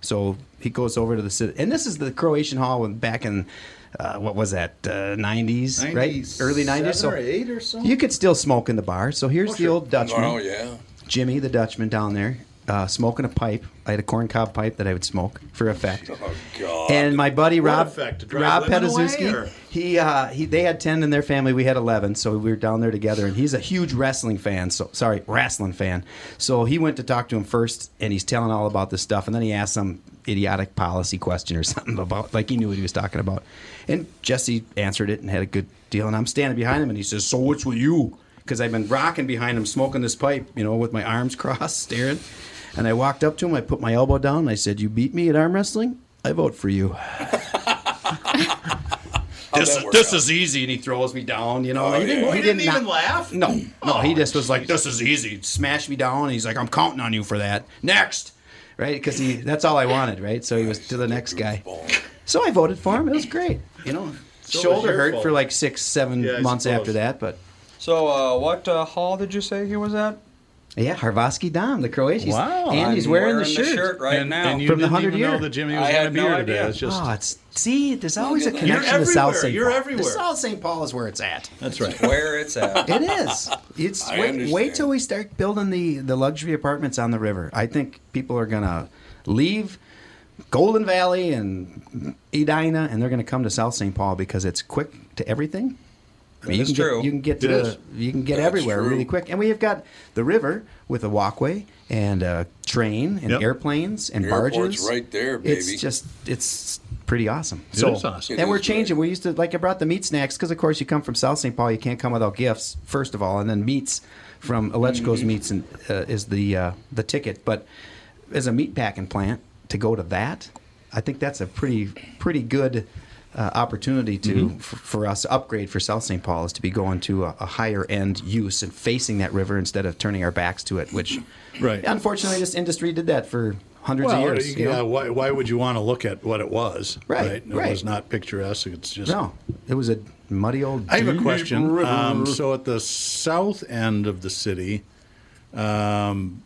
S7: So he goes over to the city. And this is the Croatian Hall when back in, uh, what was that, uh, 90s, right? Early 90s. So
S2: Seven or eight or so.
S7: you could still smoke in the bar. So here's the old Dutchman.
S1: Oh, yeah.
S7: Jimmy, the Dutchman down there, uh, smoking a pipe. I had a corn cob pipe that I would smoke for effect.
S1: Oh, God.
S7: And my buddy
S1: What
S7: Rob
S1: effect? To drive
S7: Rob
S1: women away, or-
S7: Pedazuski, he uh, he they had ten in their family. We had eleven, so we were down there together. And he's a huge wrestling fan. So sorry, wrestling fan. So he went to talk to him first, and he's telling all about this stuff. And then he asked some idiotic policy question or something about like he knew what he was talking about. And Jesse answered it and had a good deal. And I'm standing behind him, and he says, "So what's with you?" Because I've been rocking behind him, smoking this pipe, you know, with my arms crossed, staring. And I walked up to him. I put my elbow down. And I said, "You beat me at arm wrestling. I vote for you."
S6: Oh,
S7: this is, this is easy, and he throws me down. You know,
S2: Oh,
S7: he didn't,
S2: yeah.
S7: he
S2: He didn't
S7: did not-
S2: even laugh?
S7: No, no,
S6: Oh.
S7: he just was like, "This is easy." Smash me down, and he's like, "I'm counting on you for that." Next, right? Because he that's all I wanted, right? So he was to the next guy. So I voted for him. It was great. You know,
S6: So it was
S7: shoulder
S6: your
S7: hurt
S6: fault.
S7: for like six, seven
S6: Yeah, I
S7: months after
S6: suppose.
S7: that, but
S6: So, uh, what uh, hall did you say he was at?
S7: yeah, Harvaski Dom, the Croatian.
S6: Wow.
S7: and he's
S6: I'm
S7: wearing,
S6: wearing the
S7: the shirt,
S6: shirt right And- now. and you
S7: from the
S6: didn't
S7: hundred
S6: even
S7: year.
S6: know that Jimmy was I having a had no beer today. idea. It's just-
S7: oh, it's see, there's always a
S6: You're
S7: connection to South
S6: everywhere.
S7: St.
S6: You're
S7: Paul.
S6: everywhere.
S7: The South St. Paul is where it's at.
S2: That's right.
S6: Where it's at.
S7: It is. It's
S6: I
S7: wait, wait till we start building the the luxury apartments on the river. I think people are gonna leave Golden Valley and Edina, and they're gonna come to South St. Paul because it's quick to everything. I mean,
S6: That
S7: you
S6: is
S7: can get-
S6: true.
S7: you can get
S6: It
S7: to
S6: is.
S7: you can get
S6: That's
S7: everywhere
S6: true.
S7: really quick, and we have got the river with a walkway and a train and airplanes and
S1: Airport's
S7: barges.
S1: right there, baby.
S7: It's just it's pretty awesome.
S1: It is awesome. It
S7: And we're
S1: is
S7: changing. We used to like I brought the meat snacks because of course you come from South St. Paul, you can't come without gifts first of all, and then meats from Electrico's
S2: Mm-hmm.
S7: Meats and uh, is the uh, the ticket. But as a meat packing plant to go to that, I think that's a pretty pretty good. Uh, opportunity to
S2: Mm-hmm.
S7: f- for us to upgrade for South St. Paul is to be going to a, a higher end use and facing that river instead of turning our backs to it, which
S2: Right.
S7: unfortunately this industry did that for hundreds
S2: well,
S7: of years.
S2: Yeah,
S7: you know?
S2: why, why would you want to look at what it was?
S7: Right,
S2: It
S7: right.
S2: was not picturesque. It's just
S7: No, it was a muddy old.
S2: uh, I have a question. Um, so at the south end of the city, um,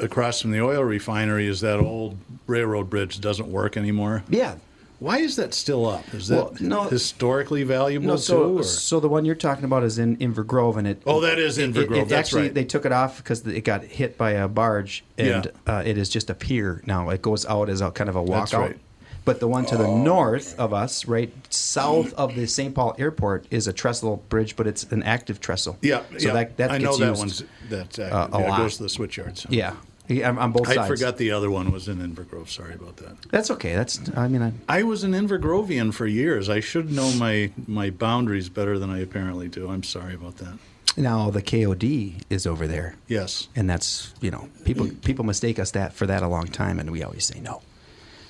S2: across from the oil refinery, is that old railroad bridge doesn't work anymore?
S7: Yeah.
S2: Why is that still up? Is that
S7: Well, no-
S2: historically valuable
S7: no,
S2: too?
S7: so
S2: or-
S7: so the one you're talking about is in Invergrove, and it.
S2: Oh, that is
S7: it- it-
S2: Invergrove,
S7: It,
S2: that's
S7: actually,
S2: right.
S7: they took it off because it got hit by a barge, and uh, it is just a pier now. It goes out as a kind of a
S2: That's
S7: walkout.
S2: right.
S7: But the one to the north of us, right south of the St. Paul Airport, is a trestle bridge, but it's an active trestle.
S2: yeah,
S7: so
S2: yeah.
S7: that that
S2: I
S7: gets
S2: know
S7: used
S2: that one's that uh,
S7: uh, a
S2: yeah, it
S7: lot.
S2: goes to the switchyards.
S7: Yeah, yeah on, on both
S2: I
S7: sides.
S2: forgot the other one was in Invergrove. Sorry about that.
S7: That's okay. That's I mean I,
S2: I was an Invergrovian for years. I should know my, my boundaries better than I apparently do. I'm sorry about that.
S7: now the KOD is over there.
S2: Yes.
S7: and that's you know people people mistake us that for that a long time, and we always say no.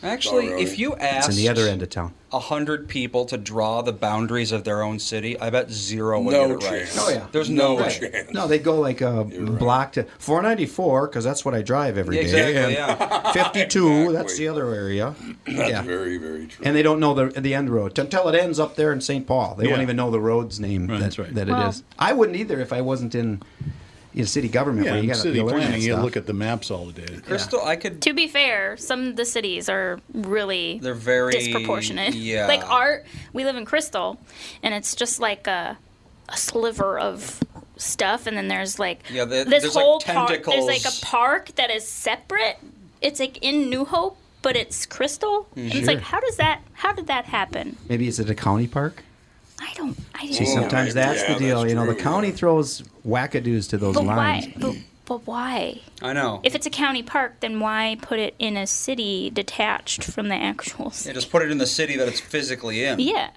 S6: Actually,
S7: really.
S6: if you
S7: It's
S6: asked
S7: in the other end of town.
S6: a hundred people to draw the boundaries of their own city, I bet zero would
S1: No
S6: get it right.
S1: chance. Oh, yeah.
S6: There's no,
S7: Right.
S6: way.
S7: No, they go like a block to 494 because that's what I drive every day.
S6: Exactly,
S7: and
S6: yeah.
S7: 52, that's the other area.
S1: That's
S7: yeah.
S1: very, very true.
S7: And they don't know the the end road until it ends up there in St. Paul. They won't
S1: Yeah.
S7: even know the road's name that, that it
S2: Well-
S7: is. I wouldn't either if I wasn't in you know, city government.
S2: Yeah,
S7: where you
S2: in
S7: got
S2: city
S7: you learn that
S2: planning, you
S7: stuff.
S2: look at the maps all the day.
S6: Crystal, I could.
S3: To be fair, some of the cities are really
S6: They're very
S3: disproportionate.
S6: Yeah.
S3: Like our, we live in Crystal, and it's just like a, a sliver of stuff, and then there's like
S6: Yeah, the,
S3: this
S6: there's
S3: whole
S6: like
S3: park.
S6: tentacles.
S3: There's like a park that is separate, it's like in New Hope, but it's crystal.
S7: Mm,
S3: And
S7: sure.
S6: Mm-hmm.
S3: It's like how does that how did that happen?
S7: Maybe it's at a county park.
S3: I don't I
S7: See,
S3: don't know.
S7: sometimes that's
S6: Oh, Yeah,
S7: the deal.
S6: that's
S7: you know, the
S6: true,
S7: county throws wackadoos to those
S3: but
S7: lines.
S3: why but, but why?
S6: I know.
S3: If it's a county park, then why put it in a city detached from the actual
S6: Yeah,
S3: city?
S6: just put it in the city that it's physically in.
S3: Yeah.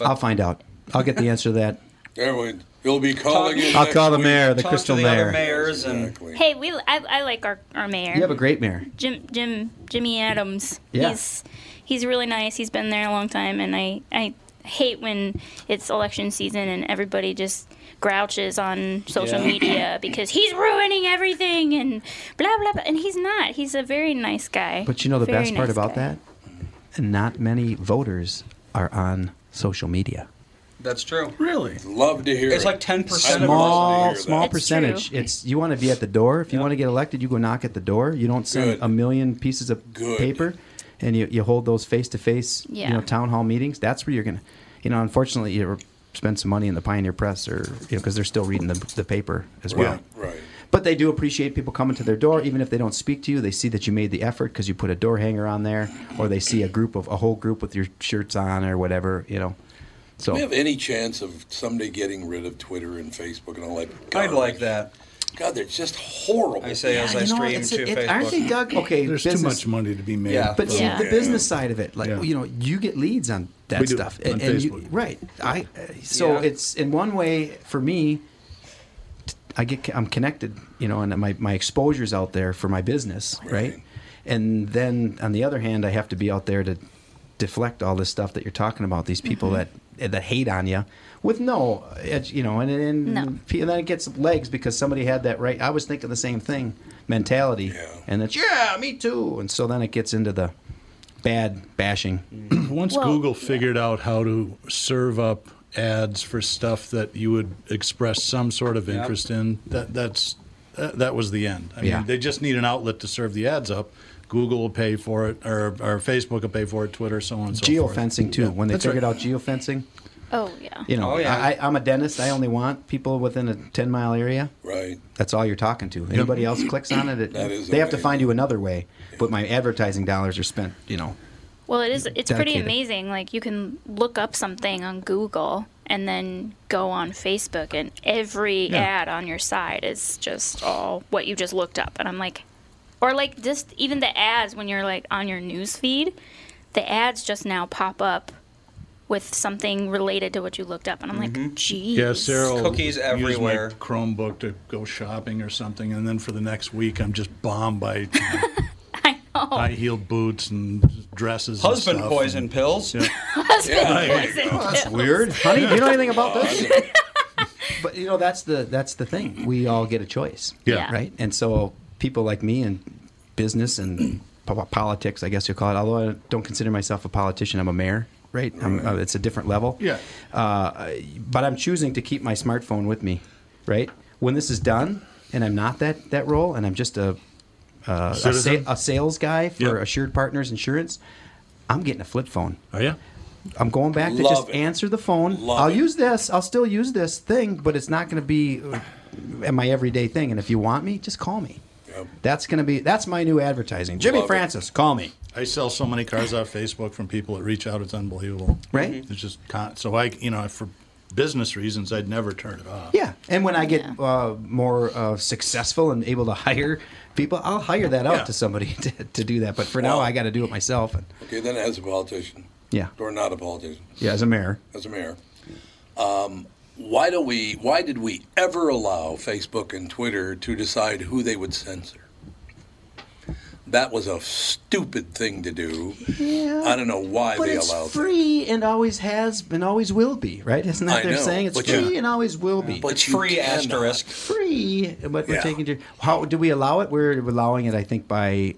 S7: I'll find out. I'll get the answer to that.
S1: Everyone, you'll be calling in
S7: I'll
S1: next
S7: call the
S1: week.
S7: mayor, the
S6: Talk
S7: crystal
S6: to the
S7: mayor.
S6: other mayors and
S3: Hey, we I, I like our, our mayor.
S7: You have a great mayor.
S3: Jim Jim Jimmy Adams.
S7: Yeah.
S3: He's he's really nice. He's been there a long time and I, I hate when it's election season and everybody just grouches on social
S12: Yeah.
S3: media because he's ruining everything and blah blah blah and he's not. He's a very nice guy.
S7: But you know the
S3: Very
S7: best part
S3: nice
S7: about
S3: guy.
S7: that? Not many voters are on social media.
S6: That's true.
S2: Really?
S1: Love to hear
S6: It's
S1: it.
S6: like 10% of
S7: Small,
S6: us.
S7: small percentage. It's you want to be at the door. If you want to get elected, you go knock at the door. You don't send a million pieces of paper, and you, you hold those face to face, you
S13: Yeah.
S7: know, town hall meetings. That's where you're gonna, you know, unfortunately, you spend some money in the Pioneer Press or you know because they're still reading the, the paper as well.
S1: Right.
S7: But they do appreciate people coming to their door, even if they don't speak to you. They see that you made the effort because you put a door hanger on there, or they see a group of a whole group with your shirts on or whatever, you know.
S1: Do we
S7: So
S1: have any chance of someday getting rid of Twitter and Facebook and all that?
S6: I'd like that.
S1: God, they're just horrible.
S6: I say uh, as I
S7: You know,
S6: stream
S7: it's-
S6: to
S7: it-
S6: Facebook.
S7: aren't they, Doug? Okay,
S2: There's
S7: business-
S2: too much money to be made.
S7: but see,
S2: Yeah.
S7: the business side of it, like you know, you get leads on that
S2: We do,
S7: stuff,
S2: on
S7: you,
S2: Facebook.
S7: right? I uh, so
S2: Yeah.
S7: it's in one way for me. I get I'm connected, you know, and my my exposure's out there for my business, right? And then on the other hand, I have to be out there to deflect all this stuff that you're talking about. These people
S2: Mm-hmm.
S13: Mhm.
S7: that that hate on you with no, edge, you know, and and,
S13: No.
S7: pe- Mm-hmm. and then it gets legs because somebody had that right. I was thinking the same thing mentality, and it's yeah, me too. And so then it gets into the bad bashing.
S2: Once Google figured out how to serve up ads for stuff that you would express some sort of
S7: Yep.
S2: interest in, that that's that, that was the end. I
S7: Yeah.
S2: mean, they just need an outlet to serve the ads up. Google will pay for it, or, or Facebook will pay for it, Twitter, so on and so forth.
S7: geofencing too.
S2: Yeah,
S7: when they
S2: that's
S7: figured
S2: right.
S7: out geofencing,
S3: Oh yeah.
S7: you know, I, I'm a dentist. I only want people within a ten mile area.
S1: Right.
S7: That's all you're talking to. Anybody else clicks on it, it
S1: That is
S7: they have to find you another way. But my advertising dollars are spent, you know.
S3: Well, it is. It's pretty
S7: Dedicated.
S3: amazing. Like you can look up something on Google and then go on Facebook, and every
S12: Yeah.
S3: ad on your side is just all what you just looked up. And I'm like, or like just even the ads when you're like on your news feed, the ads just now pop up with something related to what you looked up. And I'm
S7: Mm-hmm.
S3: like, geez.
S2: Yeah, Sarah. will
S6: Cookies
S2: use my
S6: everywhere.
S2: Chromebook to go shopping or something, and then for the next week, I'm just bombed by
S7: Oh.
S2: high heel boots and dresses.
S6: Husband
S2: and stuff.
S6: poison pills.
S3: Husband
S2: Yeah, there you
S3: poison
S2: go.
S3: pills.
S7: That's weird. Honey, do you know anything about this? but you know, that's the that's the thing. We all get a choice.
S2: Yeah. Yeah.
S7: Right. And so people like me in business and po- politics, I guess you'll call it. Although I don't consider myself a politician, I'm a mayor. Right. I'm, uh, it's a different level.
S2: Yeah.
S7: Uh, but I'm choosing to keep my smartphone with me. Right. When this is done, and I'm not that that role, and I'm just a uh, a, sa-
S2: Citizen?
S7: a sales guy for Assured Partners Insurance, I'm getting a flip phone.
S2: Are you?
S7: I'm going back to
S2: Love
S7: just
S2: it.
S7: answer the phone.
S2: Love
S7: I'll
S2: it.
S7: use this. I'll still use this thing, but it's not going to be uh, my everyday thing. And if you want me, just call me. That's going to be that's my new advertising. Jimmy
S2: Love it.
S7: Francis, call me.
S2: I sell so many cars off Facebook from people that reach out. It's unbelievable. Mm-hmm.
S7: Right?
S2: It's just con- so I, you know, for business reasons, I'd never turn it off.
S7: Yeah, and when I get uh, more uh, successful and able to hire people, I'll hire that out
S1: Yeah.
S7: to somebody to, to do that. But for now,
S1: Well-
S7: I got to do it myself. And
S1: Okay, then as a politician,
S7: yeah,
S1: or not a politician,
S7: yeah, as a mayor,
S1: as a mayor, um, why do we? Why did we ever allow Facebook and Twitter to decide who they would censor? That was a stupid thing to do.
S7: yeah.
S1: I don't know why
S7: but
S1: they
S7: it's
S1: allowed that.
S7: free and always has and always will be, right? Isn't that
S1: I
S7: they're
S1: know,
S7: saying? It's
S1: but
S7: free
S1: you-
S7: and always will be.
S1: But you cannot.
S7: free, but we're
S1: Yeah.
S7: taking to how do we allow it? We're allowing it, I think, by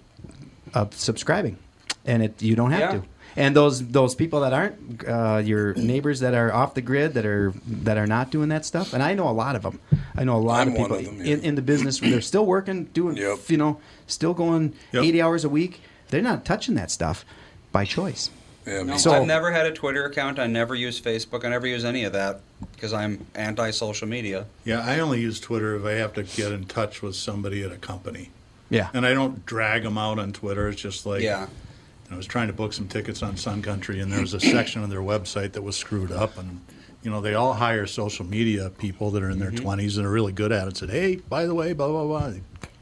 S7: uh, subscribing, and it you don't have
S6: Yeah.
S7: to. And those those people that aren't uh, your neighbors that are off the grid that are that are not doing that stuff, and I know a lot of them. I know a lot of
S1: I'm one
S7: people
S1: of them,
S7: in, in the business where they're still working, doing you know, still going eighty hours a week. They're not touching that stuff by choice.
S6: No,
S7: so
S6: I've never had a Twitter account. I never use Facebook. I never use any of that because I'm anti-social media.
S2: Yeah, I only use Twitter if I have to get in touch with somebody at a company.
S7: Yeah.
S2: And I don't drag them out on Twitter. It's just like,
S6: Yeah.
S2: I was trying to book some tickets on Sun Country, and there was a section on their website that was screwed up. And, you know, they all hire social media people that are in their 20s and are really good at it. Said, hey, by the way, blah, blah, blah.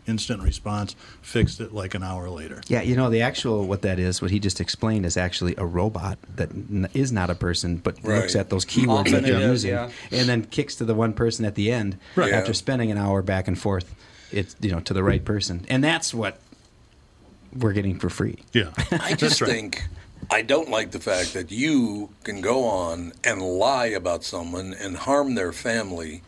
S2: Instant response, fixed it like an hour later.
S7: Yeah, you know the actual what that is. What he just explained is actually a robot that n- is not a person, but
S2: Right.
S7: looks at those keywords
S2: Often
S7: that you're
S2: it is,
S7: using,
S2: yeah.
S7: and then kicks to the one person at the end
S2: Right.
S7: after
S2: Yeah.
S7: spending an hour back and forth. It's you know to the right person, and that's what we're getting for free.
S2: Yeah,
S1: I just think I don't like the fact that you can go on and lie about someone and harm their family,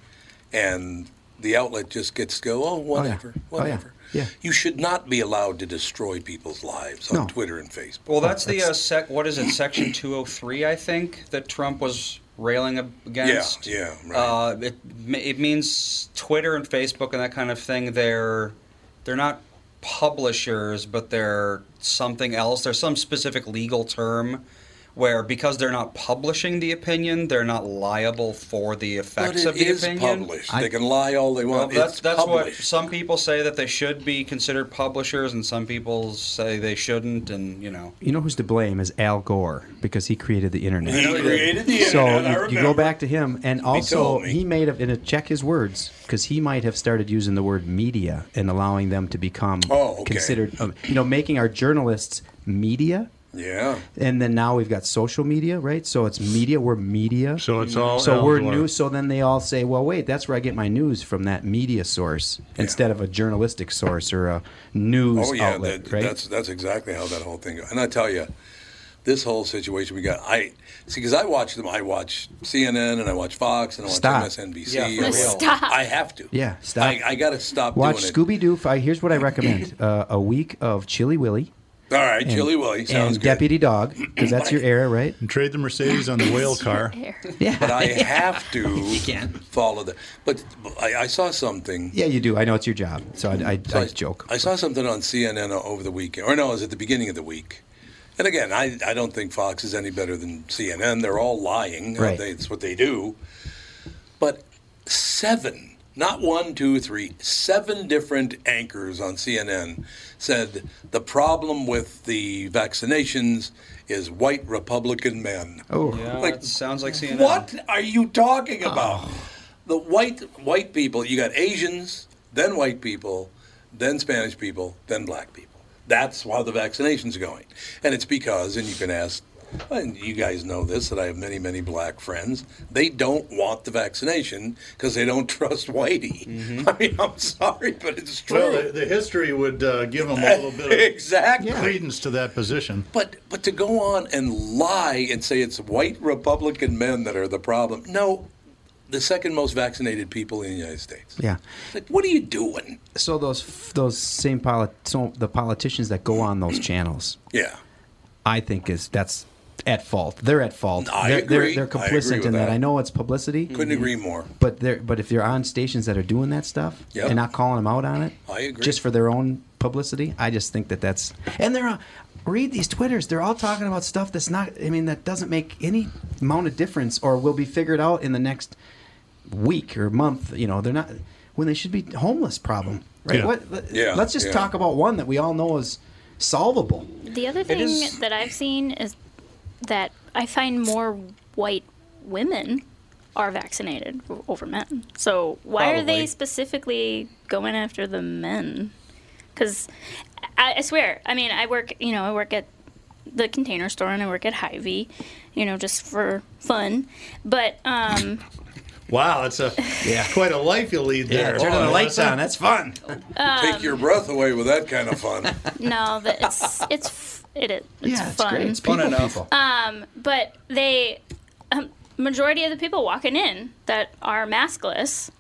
S1: and the outlet just gets to go, oh, whatever, whatever.
S7: yeah.
S1: You should not be allowed to destroy people's lives on Twitter and Facebook.
S6: Well, that's the uh, sec. What is it? Section 203, I think, that Trump was railing ab- against.
S1: yeah,
S6: right. Uh, it ma- it means Twitter and Facebook and that kind of thing. They're they're not publishers, but they're something else. There's some specific legal term where because they're not publishing the opinion, they're not liable for the
S1: But
S6: effects
S1: it
S6: of the
S1: is
S6: opinion.
S1: published. they can lie all they
S6: Well,
S1: want.
S6: that's
S1: it's
S6: that's what
S1: published.
S6: some people say that they should be considered publishers, and some people say they shouldn't, and you know.
S7: You know who's to blame is Al Gore because he created the internet.
S6: He created the
S7: so
S6: internet, I
S7: you- you, go
S6: remember.
S7: back to him, and
S6: He
S7: also
S6: told
S7: he, may have and check his words because he might have started using the word media and allowing them to become
S1: Oh, okay.
S7: considered. um, you know, making our journalists media.
S1: Yeah.
S7: And then now we've got social media, right? So it's media. We're media. So
S2: it's all
S7: So we're
S2: Al Gore.
S7: news. So then they all say, "Well, wait, that's where I get my news from that media source instead of a journalistic source or a news
S1: oh yeah,
S7: outlet."
S1: that,
S7: right?
S1: that's that's exactly how that whole thing. Goes. And I tell you, this whole situation we got. I see because I watch them. I watch CNN and I watch Fox and I watch
S7: Stop.
S1: MSNBC.
S7: Yeah, for
S1: I-
S7: real.
S3: Stop.
S1: I have to.
S7: Yeah, stop.
S1: I, I got to stop
S7: Watch
S1: doing it.
S7: Scooby Doo. Fi- Here's what I recommend: uh, a week of Chili Willy.
S1: All right,
S7: and-
S1: Chili Willy sounds
S7: and
S1: good.
S7: Deputy Dog, because that's your era, right?
S2: And trade the Mercedes on the whale car.
S7: Yeah.
S1: But I have to follow the. But I, I saw something.
S7: Yeah, you do. I know it's your job, so I, I,
S1: So
S7: I joke.
S1: I saw something on CNN over the weekend, or no, it was at the beginning of the week. And again, I, I don't think Fox is any better than CNN. They're all lying.
S7: Right.
S1: They, it's what they do. But seven, not one, two, three, seven different anchors on CNN said the problem with the vaccinations is white Republican men.
S7: Oh,
S6: yeah,
S1: Like,
S6: that sounds like CNN.
S1: What are you talking about?
S6: Oh.
S1: The white white people. You got Asians, then white people, then Spanish people, then black people. That's how the vaccination's going, and it's because, and you can ask, and you guys know this that I have many many black friends. They don't want the vaccination because they don't trust whitey.
S6: Mm-hmm.
S1: I mean, I'm sorry, but it's true.
S2: Well, the, the history would uh, give them a little bit of
S1: Exactly.
S2: credence to that position.
S1: But but to go on and lie and say it's white Republican men that are the problem. No, the second most vaccinated people in the United States.
S7: Yeah.
S1: It's like, what are you doing?
S7: So those f- those same polit- so the politicians that go on those channels,
S1: Yeah.
S7: I think is that's at fault. They're at fault.
S1: I
S7: they're,
S1: agree.
S7: They're, they're
S1: I agree
S7: complicit
S1: with
S7: in that.
S1: that.
S7: I know it's publicity.
S1: Couldn't agree more.
S7: But they're, but if you're on stations that are doing that stuff
S1: Yep.
S7: and not calling them out on it,
S1: I agree.
S7: just for their own publicity, I just think that that's and they're uh, read these twitters. They're all talking about stuff that's not. I mean, that doesn't make any amount of difference, or will be figured out in the next week or month. You know, they're not when they should be homeless problem, right?
S2: Yeah.
S7: What? let-
S2: Yeah,
S7: Let's just
S2: yeah.
S7: talk about one that we all know is solvable.
S3: The other
S7: It
S3: thing
S7: is-
S3: that I've seen is that I find more white women are vaccinated o- over men. So why are
S12: Probably.
S3: they specifically going after the men? Because I, I swear, I mean, I work, you know, I work at the container store and I work at Hy-Vee, you know, just for fun. But um,
S2: Wow, it's a it's quite a life you lead
S7: Yeah,
S2: there.
S7: turning the lights on, that's fun.
S1: Take your breath away with that kind of fun.
S3: no, that it's it's f- it is it's
S1: Yeah, it's
S3: fun.
S1: great. It's Fun people, enough. people.
S3: Um, but they um, majority of the people walking in that are maskless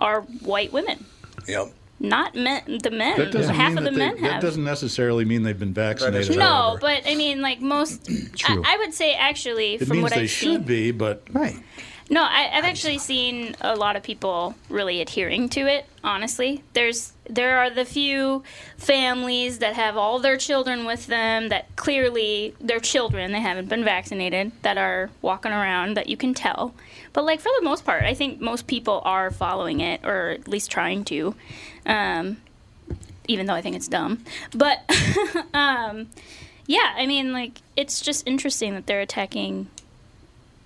S3: are white women,
S1: Yep.
S3: not men. The men,
S2: That doesn't
S3: half
S2: mean
S3: of the
S2: that they-
S3: men
S2: That
S3: have.
S2: doesn't necessarily mean they've been vaccinated.
S3: no,
S2: however.
S3: but I mean, like most, I,
S2: True.
S3: I would say actually,
S2: it
S3: from
S2: means
S3: what
S2: they
S3: I've seen,
S2: should be, but
S7: right.
S3: No, I, I've actually seen a lot of people really adhering to it. Honestly, there's there are the few families that have all their children with them that clearly their children they haven't been vaccinated that are walking around that you can tell. But like for the most part, I think most people are following it or at least trying to. Um, even though I think it's dumb. But um, yeah, I mean, like it's just interesting that they're attacking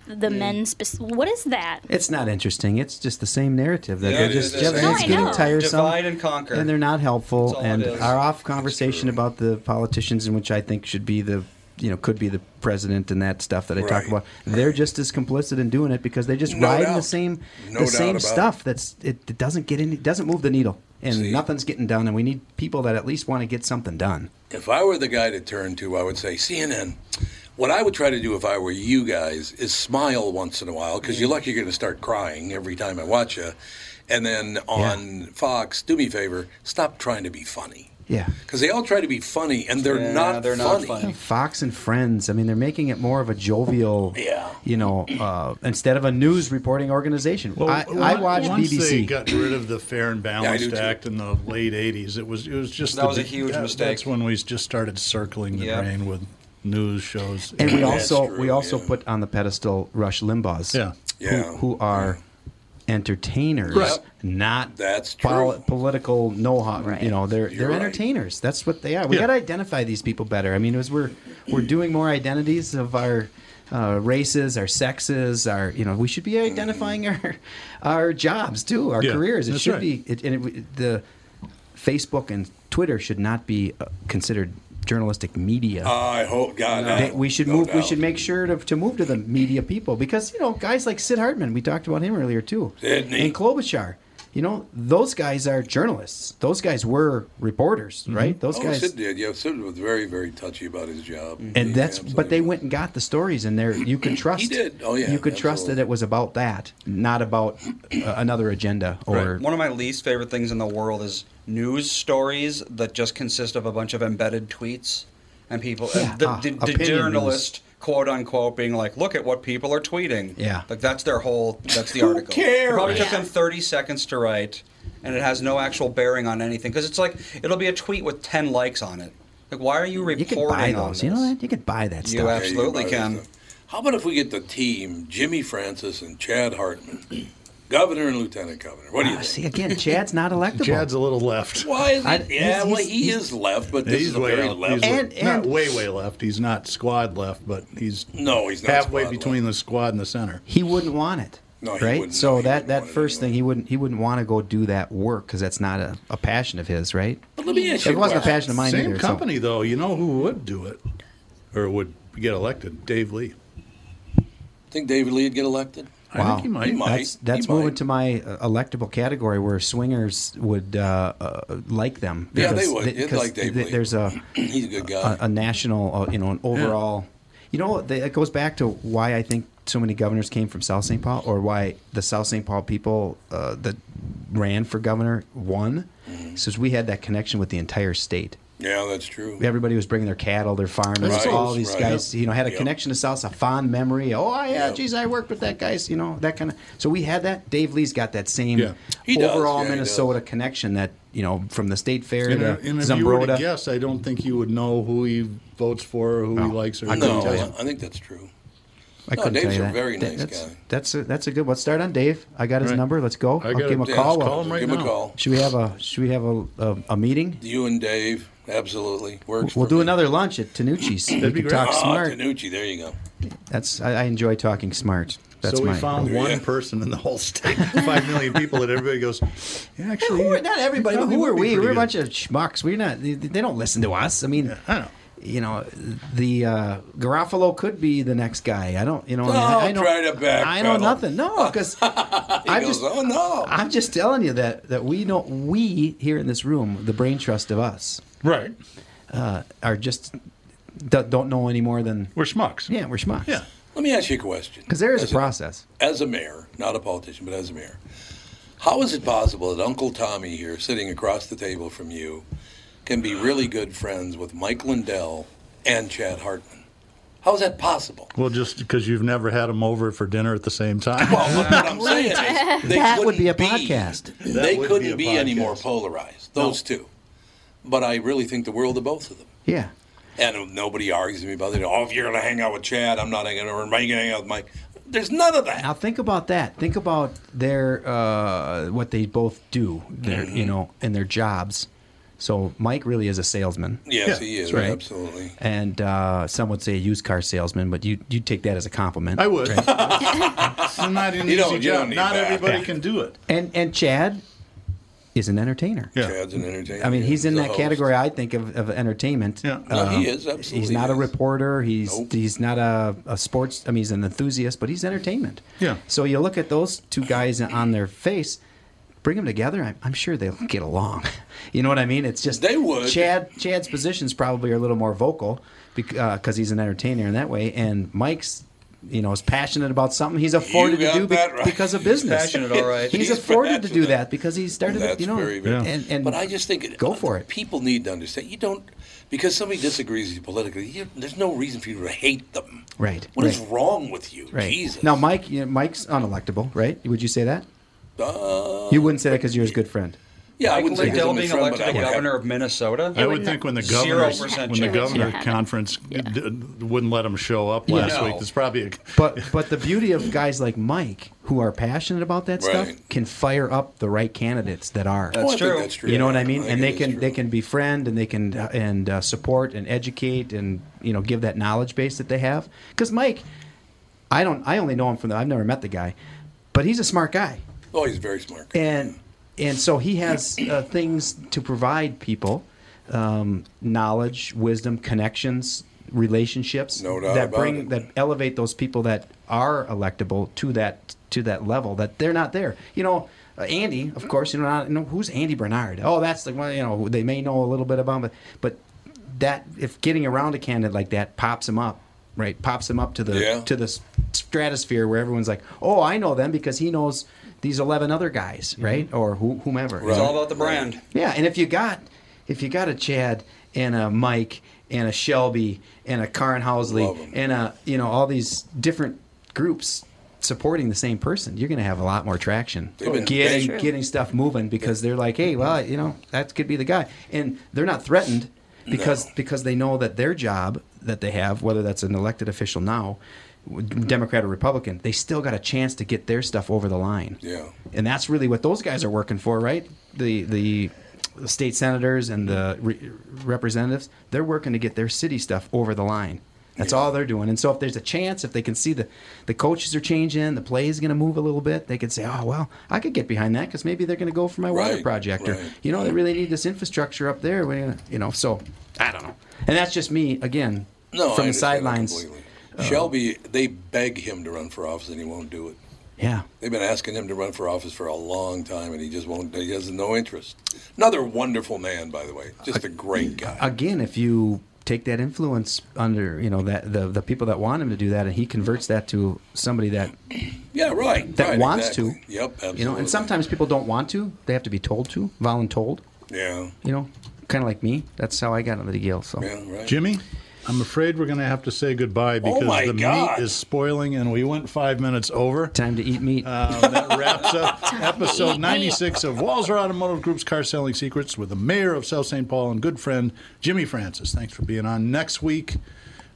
S3: the men. Speci- what is that?
S7: It's not interesting. It's just the same narrative that
S6: Yeah,
S7: they're
S6: it
S7: just
S6: is.
S7: just-
S6: No,
S7: and it's
S6: I
S7: getting
S6: know.
S7: tiresome.
S6: Divide and conquer.
S7: and they're not helpful.
S6: That's all
S7: And
S6: it is.
S7: our off conversation about the politicians, in which I think should be the you know could be the president and that stuff that I talk
S12: Right,
S7: about, they're just as complicit in doing it because they're just
S12: No
S7: riding the
S12: doubt.
S7: same
S12: No
S7: the
S12: doubt
S7: same
S12: about it.
S7: stuff. That's it, it doesn't get any doesn't move the needle, and nothing's getting done. And we need people that at least want to get something done.
S1: If I were the guy to turn to, I would say CNN. What I would try to do if I were you guys is smile once in a while because you're lucky you're going to start crying every time I watch you. And then on Fox, do me a favor, stop trying to be funny
S7: Yeah.
S1: because they all try to be funny and they're
S6: Yeah,
S1: not.
S6: they're not
S1: funny.
S6: funny.
S7: Fox and Friends. I mean, they're making it more of a jovial,
S1: Yeah.
S7: you know, uh, instead of a news reporting organization. I, I
S2: on-
S7: watch
S2: once They
S7: BBC.
S2: got rid of the Fair and
S7: I do
S2: Balanced
S7: too.
S2: Act in the late '80s. It was it was just
S6: That
S2: the
S6: was a
S2: big-
S6: huge
S2: that-
S6: mistake.
S2: That's when we just started circling the
S6: Yeah.
S2: drain with news shows.
S7: and we also we also put on the pedestal Rush Limbaugh's,
S2: Yeah. Yeah.
S7: Who, who are entertainers,
S2: Right.
S7: not
S1: that's
S7: pol- political know how. You know, they're they're entertainers. That's what they are. We
S2: Yeah.
S7: got to identify these people better. I mean, as we're we're doing more identities of our. Uh, races, our sexes, our you know, we should
S2: Mm-hmm.
S7: be identifying our our jobs too, our
S2: Yeah,
S7: careers. It
S2: that's
S7: should
S2: right.
S7: be, it, and it, the Facebook and Twitter should not be uh, considered journalistic media.
S2: Oh,
S1: I hope God.
S7: They- we should move. We
S1: doubt.
S7: should make sure to, to move to the media people because you know guys like Sid Hartman. We talked about him earlier too.
S1: Sidney.
S7: And Klobuchar. You know those guys are journalists. Those guys were reporters,
S6: Mm-hmm.
S7: right? Those
S1: oh,
S7: guys.
S1: Sid did. Yeah, Sid was very, very touchy about his job.
S6: Mm-hmm.
S7: and that's but they went and got the stories and there you could trust
S1: did. Oh, yeah,
S7: you could trust that it was about that not about uh, another agenda or
S6: One of my least favorite things in the world is news stories that just consist of a bunch of embedded tweets and people, and
S7: Yeah,
S6: the,
S7: ah,
S6: the, the
S7: opinion news.
S6: journalist, quote unquote, being like, look at what people are tweeting.
S7: Yeah.
S6: Like that's their whole, that's the article. It probably took
S1: cares?
S6: them 30 seconds to write and it has no actual bearing on anything because it's like, it'll be a tweet with 10 likes on it. Like, why are you
S7: you
S6: reporting
S7: could buy
S6: on
S7: those you know that you could buy that
S6: You
S7: stuff
S6: absolutely
S1: Yeah, you can buy
S6: can.
S1: that How about if we get the team, Jimmy Francis and Chad Hartman, governor and lieutenant governor? What do you
S7: Ah,
S1: think?
S7: see again chad's not electable
S2: Chad's a little left.
S1: Why is
S7: I-
S1: it? Yeah,
S7: he's-
S1: well,
S7: he's-
S1: he is left, but this
S2: he's
S1: is a
S2: way
S1: very
S2: out.
S1: left.
S2: He's not way way left. He's not squad left, but he's
S1: No, he's not
S2: halfway
S1: squad
S2: between the squad and the center.
S7: he wouldn't want it.
S1: No, he
S7: right.
S1: wouldn't.
S7: So that that first thing, he wouldn't he wouldn't want to go do that work because that's not a, a passion of his, right?
S1: But let me ask you
S7: It wasn't a
S1: question.
S7: passion of mine
S2: Same
S7: either. so-
S2: company though. You know who would do it, or would get elected? Dave Lee.
S1: Think David Lee would get elected?
S2: I
S7: Wow,
S2: think he might.
S7: that's
S1: He
S7: that's
S1: might.
S7: moving to my uh, electable category where swingers would uh, uh, like them.
S1: Yeah, they
S7: because
S1: would. They'd
S7: 'cause
S1: like Dave Lee.
S7: There's a
S1: He's a good guy.
S7: a, a national, uh, you know, an overall. You know, th- it goes back to why I think so many governors came from South St. Paul, or why the South St. Paul people uh, that ran for governor won,
S1: Mm-hmm.
S7: since we had that connection with the entire state.
S1: yeah, that's true.
S7: Everybody was bringing their cattle, their farm,
S1: That's
S7: all,
S1: right.
S7: these
S1: Right.
S7: guys, you know, had a
S1: Yep.
S7: connection to South, a fond memory. Oh, I, yeah,
S1: Yep.
S7: geez, I worked with that guy's, you know, that kind of. So we had that. Dave Lee's got that same
S2: Yeah.
S1: He does.
S7: overall
S1: Yeah, he does.
S7: Minnesota connection that, you know, from the state fair
S2: And,
S7: to
S2: uh, and if you were to
S7: Zambroda.
S2: guess, I don't think you would know who he votes for, or who he
S7: No.
S2: likes, or
S7: I
S2: who he
S7: couldn't
S1: no,
S7: tell you.
S2: doesn't.
S1: I think that's true.
S7: I
S1: No,
S7: couldn't
S1: Dave's
S7: tell you
S1: a
S7: that.
S1: very
S7: That-
S1: nice
S7: that's,
S1: guy.
S7: That's a, that's a good. Let's start on Dave. I got his
S2: Right.
S7: number. Let's go.
S2: I
S7: I'll
S2: got
S7: give him a
S2: it. Yeah,
S7: call.
S2: let's
S7: Well,
S2: call him right
S1: Give him
S2: now.
S1: a call.
S7: Should we have a Should we have a a, a meeting?
S1: You and Dave, absolutely. Works.
S7: We'll
S1: for
S7: do
S1: me.
S7: another lunch at Tanucci's. we
S2: That'd be
S7: can
S2: great.
S7: talk
S1: Ah,
S7: smart.
S1: Tanucci, there you go.
S7: That's I, I enjoy talking smart. That's
S2: so we
S7: my.
S2: found one person in the whole state, five million people, that everybody goes, yeah, actually,
S7: Who are, not everybody, but
S2: probably
S7: who
S2: would
S7: are
S2: be
S7: we?
S2: pretty
S7: We're a
S2: good.
S7: bunch of schmucks. We're not. They, they don't listen to us. I mean,
S2: I know.
S7: you know, the uh, Garofalo could be the next guy. I don't. You know,
S1: Don't
S7: I, I know.
S1: Oh, try to backpedal.
S7: I know nothing. No, because
S1: He
S7: I'm
S1: goes,
S7: just.
S1: oh no.
S7: I'm just telling you that that we know we here in this room, the brain trust of us,
S2: Right.
S7: uh, are just d- don't know any more than
S2: We're schmucks.
S7: yeah, we're schmucks.
S2: Yeah.
S1: Let me ask you a question.
S7: because there is a
S1: As
S7: process.
S1: as a mayor, not a politician, but as a mayor, how is it possible that Uncle Tommy here, sitting across the table from you, can be really good friends with Mike Lindell and Chad Hartman? How is that possible?
S2: Well, just because you've never had them over for dinner at the same time.
S1: Well, look, what I'm saying is, they
S7: That would be a
S1: couldn't
S7: podcast.
S1: They
S2: would be
S1: couldn't
S2: a
S1: be, any more
S2: podcast.
S1: polarized. Those two. But I really think the world of both of them.
S7: Yeah,
S1: And nobody argues with me about it. Oh, if you're going to hang out with Chad, I'm not hanging out. Or am I going to hang out with Mike? There's none of that.
S7: now think about that. Think about their uh, what they both do, their you know, and their jobs. So Mike really is a salesman.
S1: Yes, he is.
S7: Right?
S1: Absolutely.
S7: And uh, some would say a used car salesman, but you you take that as a compliment.
S2: I would.
S7: right?
S2: It's not an
S1: You
S2: easy
S1: don't- you don't
S2: job.
S1: need
S2: Not
S1: that.
S2: everybody
S1: Yeah.
S2: can do it.
S7: And and Chad is an entertainer.
S1: Chad's an entertainer.
S7: I mean, he's in
S1: The
S7: that
S1: host.
S7: category. I think of, of entertainment. Yeah,
S1: No, he is, absolutely
S7: He's not a
S1: is.
S7: reporter. He's
S1: Nope.
S7: he's not a, a sports. I mean, he's an enthusiast, but he's entertainment.
S2: Yeah.
S7: So you look at those two guys on their face, bring them together. I'm, I'm sure they'll get along. You know what I mean? It's just
S1: They would.
S7: Chad Chad's positions probably are a little more vocal because he's an entertainer in that way, and Mike's. You know, is passionate about something he's afforded to
S1: got
S7: do be-
S1: that right.
S7: because of business.
S6: passionate, all right.
S7: He's,
S1: He's
S7: afforded to do
S1: passionate.
S7: that because he started.
S1: That's
S7: you know,
S1: very, very
S7: and, and
S1: but I just think it,
S7: go for it.
S1: People need to understand. You don't because somebody disagrees with you politically. You, there's no reason for you to hate them.
S7: Right,
S1: What is
S7: right.
S1: wrong with you?
S7: Right.
S1: Jesus.
S7: Now, Mike, you know, Mike's unelectable, right? Would you say that?
S1: Uh,
S7: You wouldn't say that because you're his good friend.
S1: yeah, I
S6: Mike
S1: wouldn't say
S6: Lindell
S1: he's
S6: being
S1: a friend,
S6: elected
S1: but I
S6: the
S1: would have-
S6: governor of Minnesota.
S2: I would think when the
S6: Zero
S2: governor
S6: percent
S2: when the
S6: chance.
S2: governor
S3: Yeah.
S2: conference d- d- wouldn't let him show up last
S1: No.
S2: week, there's probably a,
S7: But but the beauty of guys like Mike, who are passionate about that stuff,
S1: Right.
S7: can fire up the right candidates that are.
S1: Oh, I think
S6: true.
S1: that's true.
S7: You know what I mean?
S1: think
S7: and they
S1: it is
S7: can
S1: true.
S7: they can befriend and they can uh, and uh, support and educate and you know give that knowledge base that they have. Because Mike, I don't I only know him from the I've never met the guy, but he's a smart guy.
S1: Oh, he's a very smart. guy.
S7: and and so he has uh, things to provide people um, knowledge wisdom connections relationships
S1: No doubt
S7: that
S1: about
S7: bring
S1: it.
S7: that elevate those people that are electable to that to that level that they're not there you know uh, Andy, of course, you know, not, you know who's Andy Bernard. Oh, that's the one. You know, who they may know a little bit about, but but that if getting around a candidate like that pops him up, right? Pops him up to the
S1: Yeah.
S7: to the s- stratosphere where everyone's like, oh, I know them because he knows these eleven other guys, right, or who, whomever.
S1: Mm-hmm. Right.
S6: It's all about the brand.
S7: Yeah, and if you got if you got a Chad and a Mike and a Shelby and a Karen
S1: Love
S7: Housley
S1: 'em.
S7: and a you know all these different groups supporting the same person, you're going to have a lot more traction.
S1: They've been
S7: getting
S1: banging.
S7: getting stuff moving because they're like, hey, well, you know that could be the guy, and they're not threatened because
S1: No.
S7: because they know that their job that they have, whether that's an elected official now. Democrat or Republican, they still got a chance to get their stuff over the line
S1: Yeah.
S7: and that's really what those guys are working for, right? The the state senators and the re- representatives, they're working to get their city stuff over the line. That's all they're doing. And so if there's a chance, if they can see the the coaches are changing, the play is going to move a little bit, they could say, "Oh well, I could get behind that because maybe they're going to go for my water
S1: Right,
S7: project, or
S1: right.
S7: you know, they really need this infrastructure up there." We're gonna- You know, so I don't know. And that's just me again
S1: No,
S7: from
S1: I
S7: the
S1: understand that
S7: sidelines.
S1: completely. Shelby, they beg him to run for office, and he won't do it.
S7: Yeah,
S1: They've been asking him to run for office for a long time, and he just won't. He has no interest. Another wonderful man, by the way, just a great guy.
S7: again, if you take that influence under, you know, that the the people that want him to do that, and he converts that to somebody that
S1: yeah, right.
S7: that
S1: right,
S7: wants
S1: exactly.
S7: to,
S1: Yep, absolutely.
S7: you know. And sometimes people don't want to; they have to be told to, voluntold,
S1: Yeah.
S7: you know, kind of like me. That's how I got into the Yale. So
S1: Yeah. Right.
S2: Jimmy. I'm afraid we're going to have to say goodbye because
S1: Oh my
S2: the
S1: God.
S2: meat is spoiling, and we went five minutes over.
S7: time to eat meat.
S2: Um, that wraps up episode
S3: Eat meat.
S2: 96 of Walzer Automotive Group's Car Selling Secrets with the mayor of South St. Paul and good friend Jimmy Francis. Thanks for being on. Next week,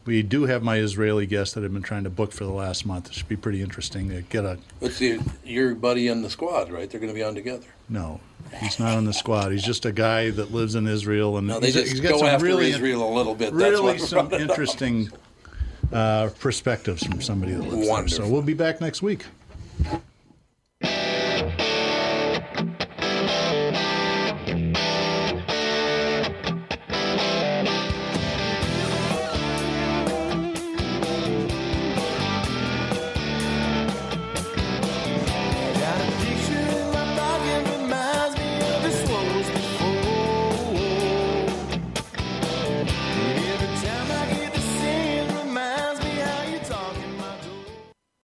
S2: we do have my Israeli guest that I've been trying to book for the last month. It should be pretty interesting to get a
S1: Let's see. Your buddy and the squad, right? They're going to be on together.
S2: no. He's not on the squad. He's just a guy that lives in Israel, and
S1: No, they
S2: he's,
S1: just
S2: he's got
S1: go
S2: some
S1: after
S2: really
S1: Israel a little bit. That's
S2: really
S1: what
S2: some interesting uh, perspectives from somebody that lives there. So
S1: Wonderful.
S2: we'll be back next week.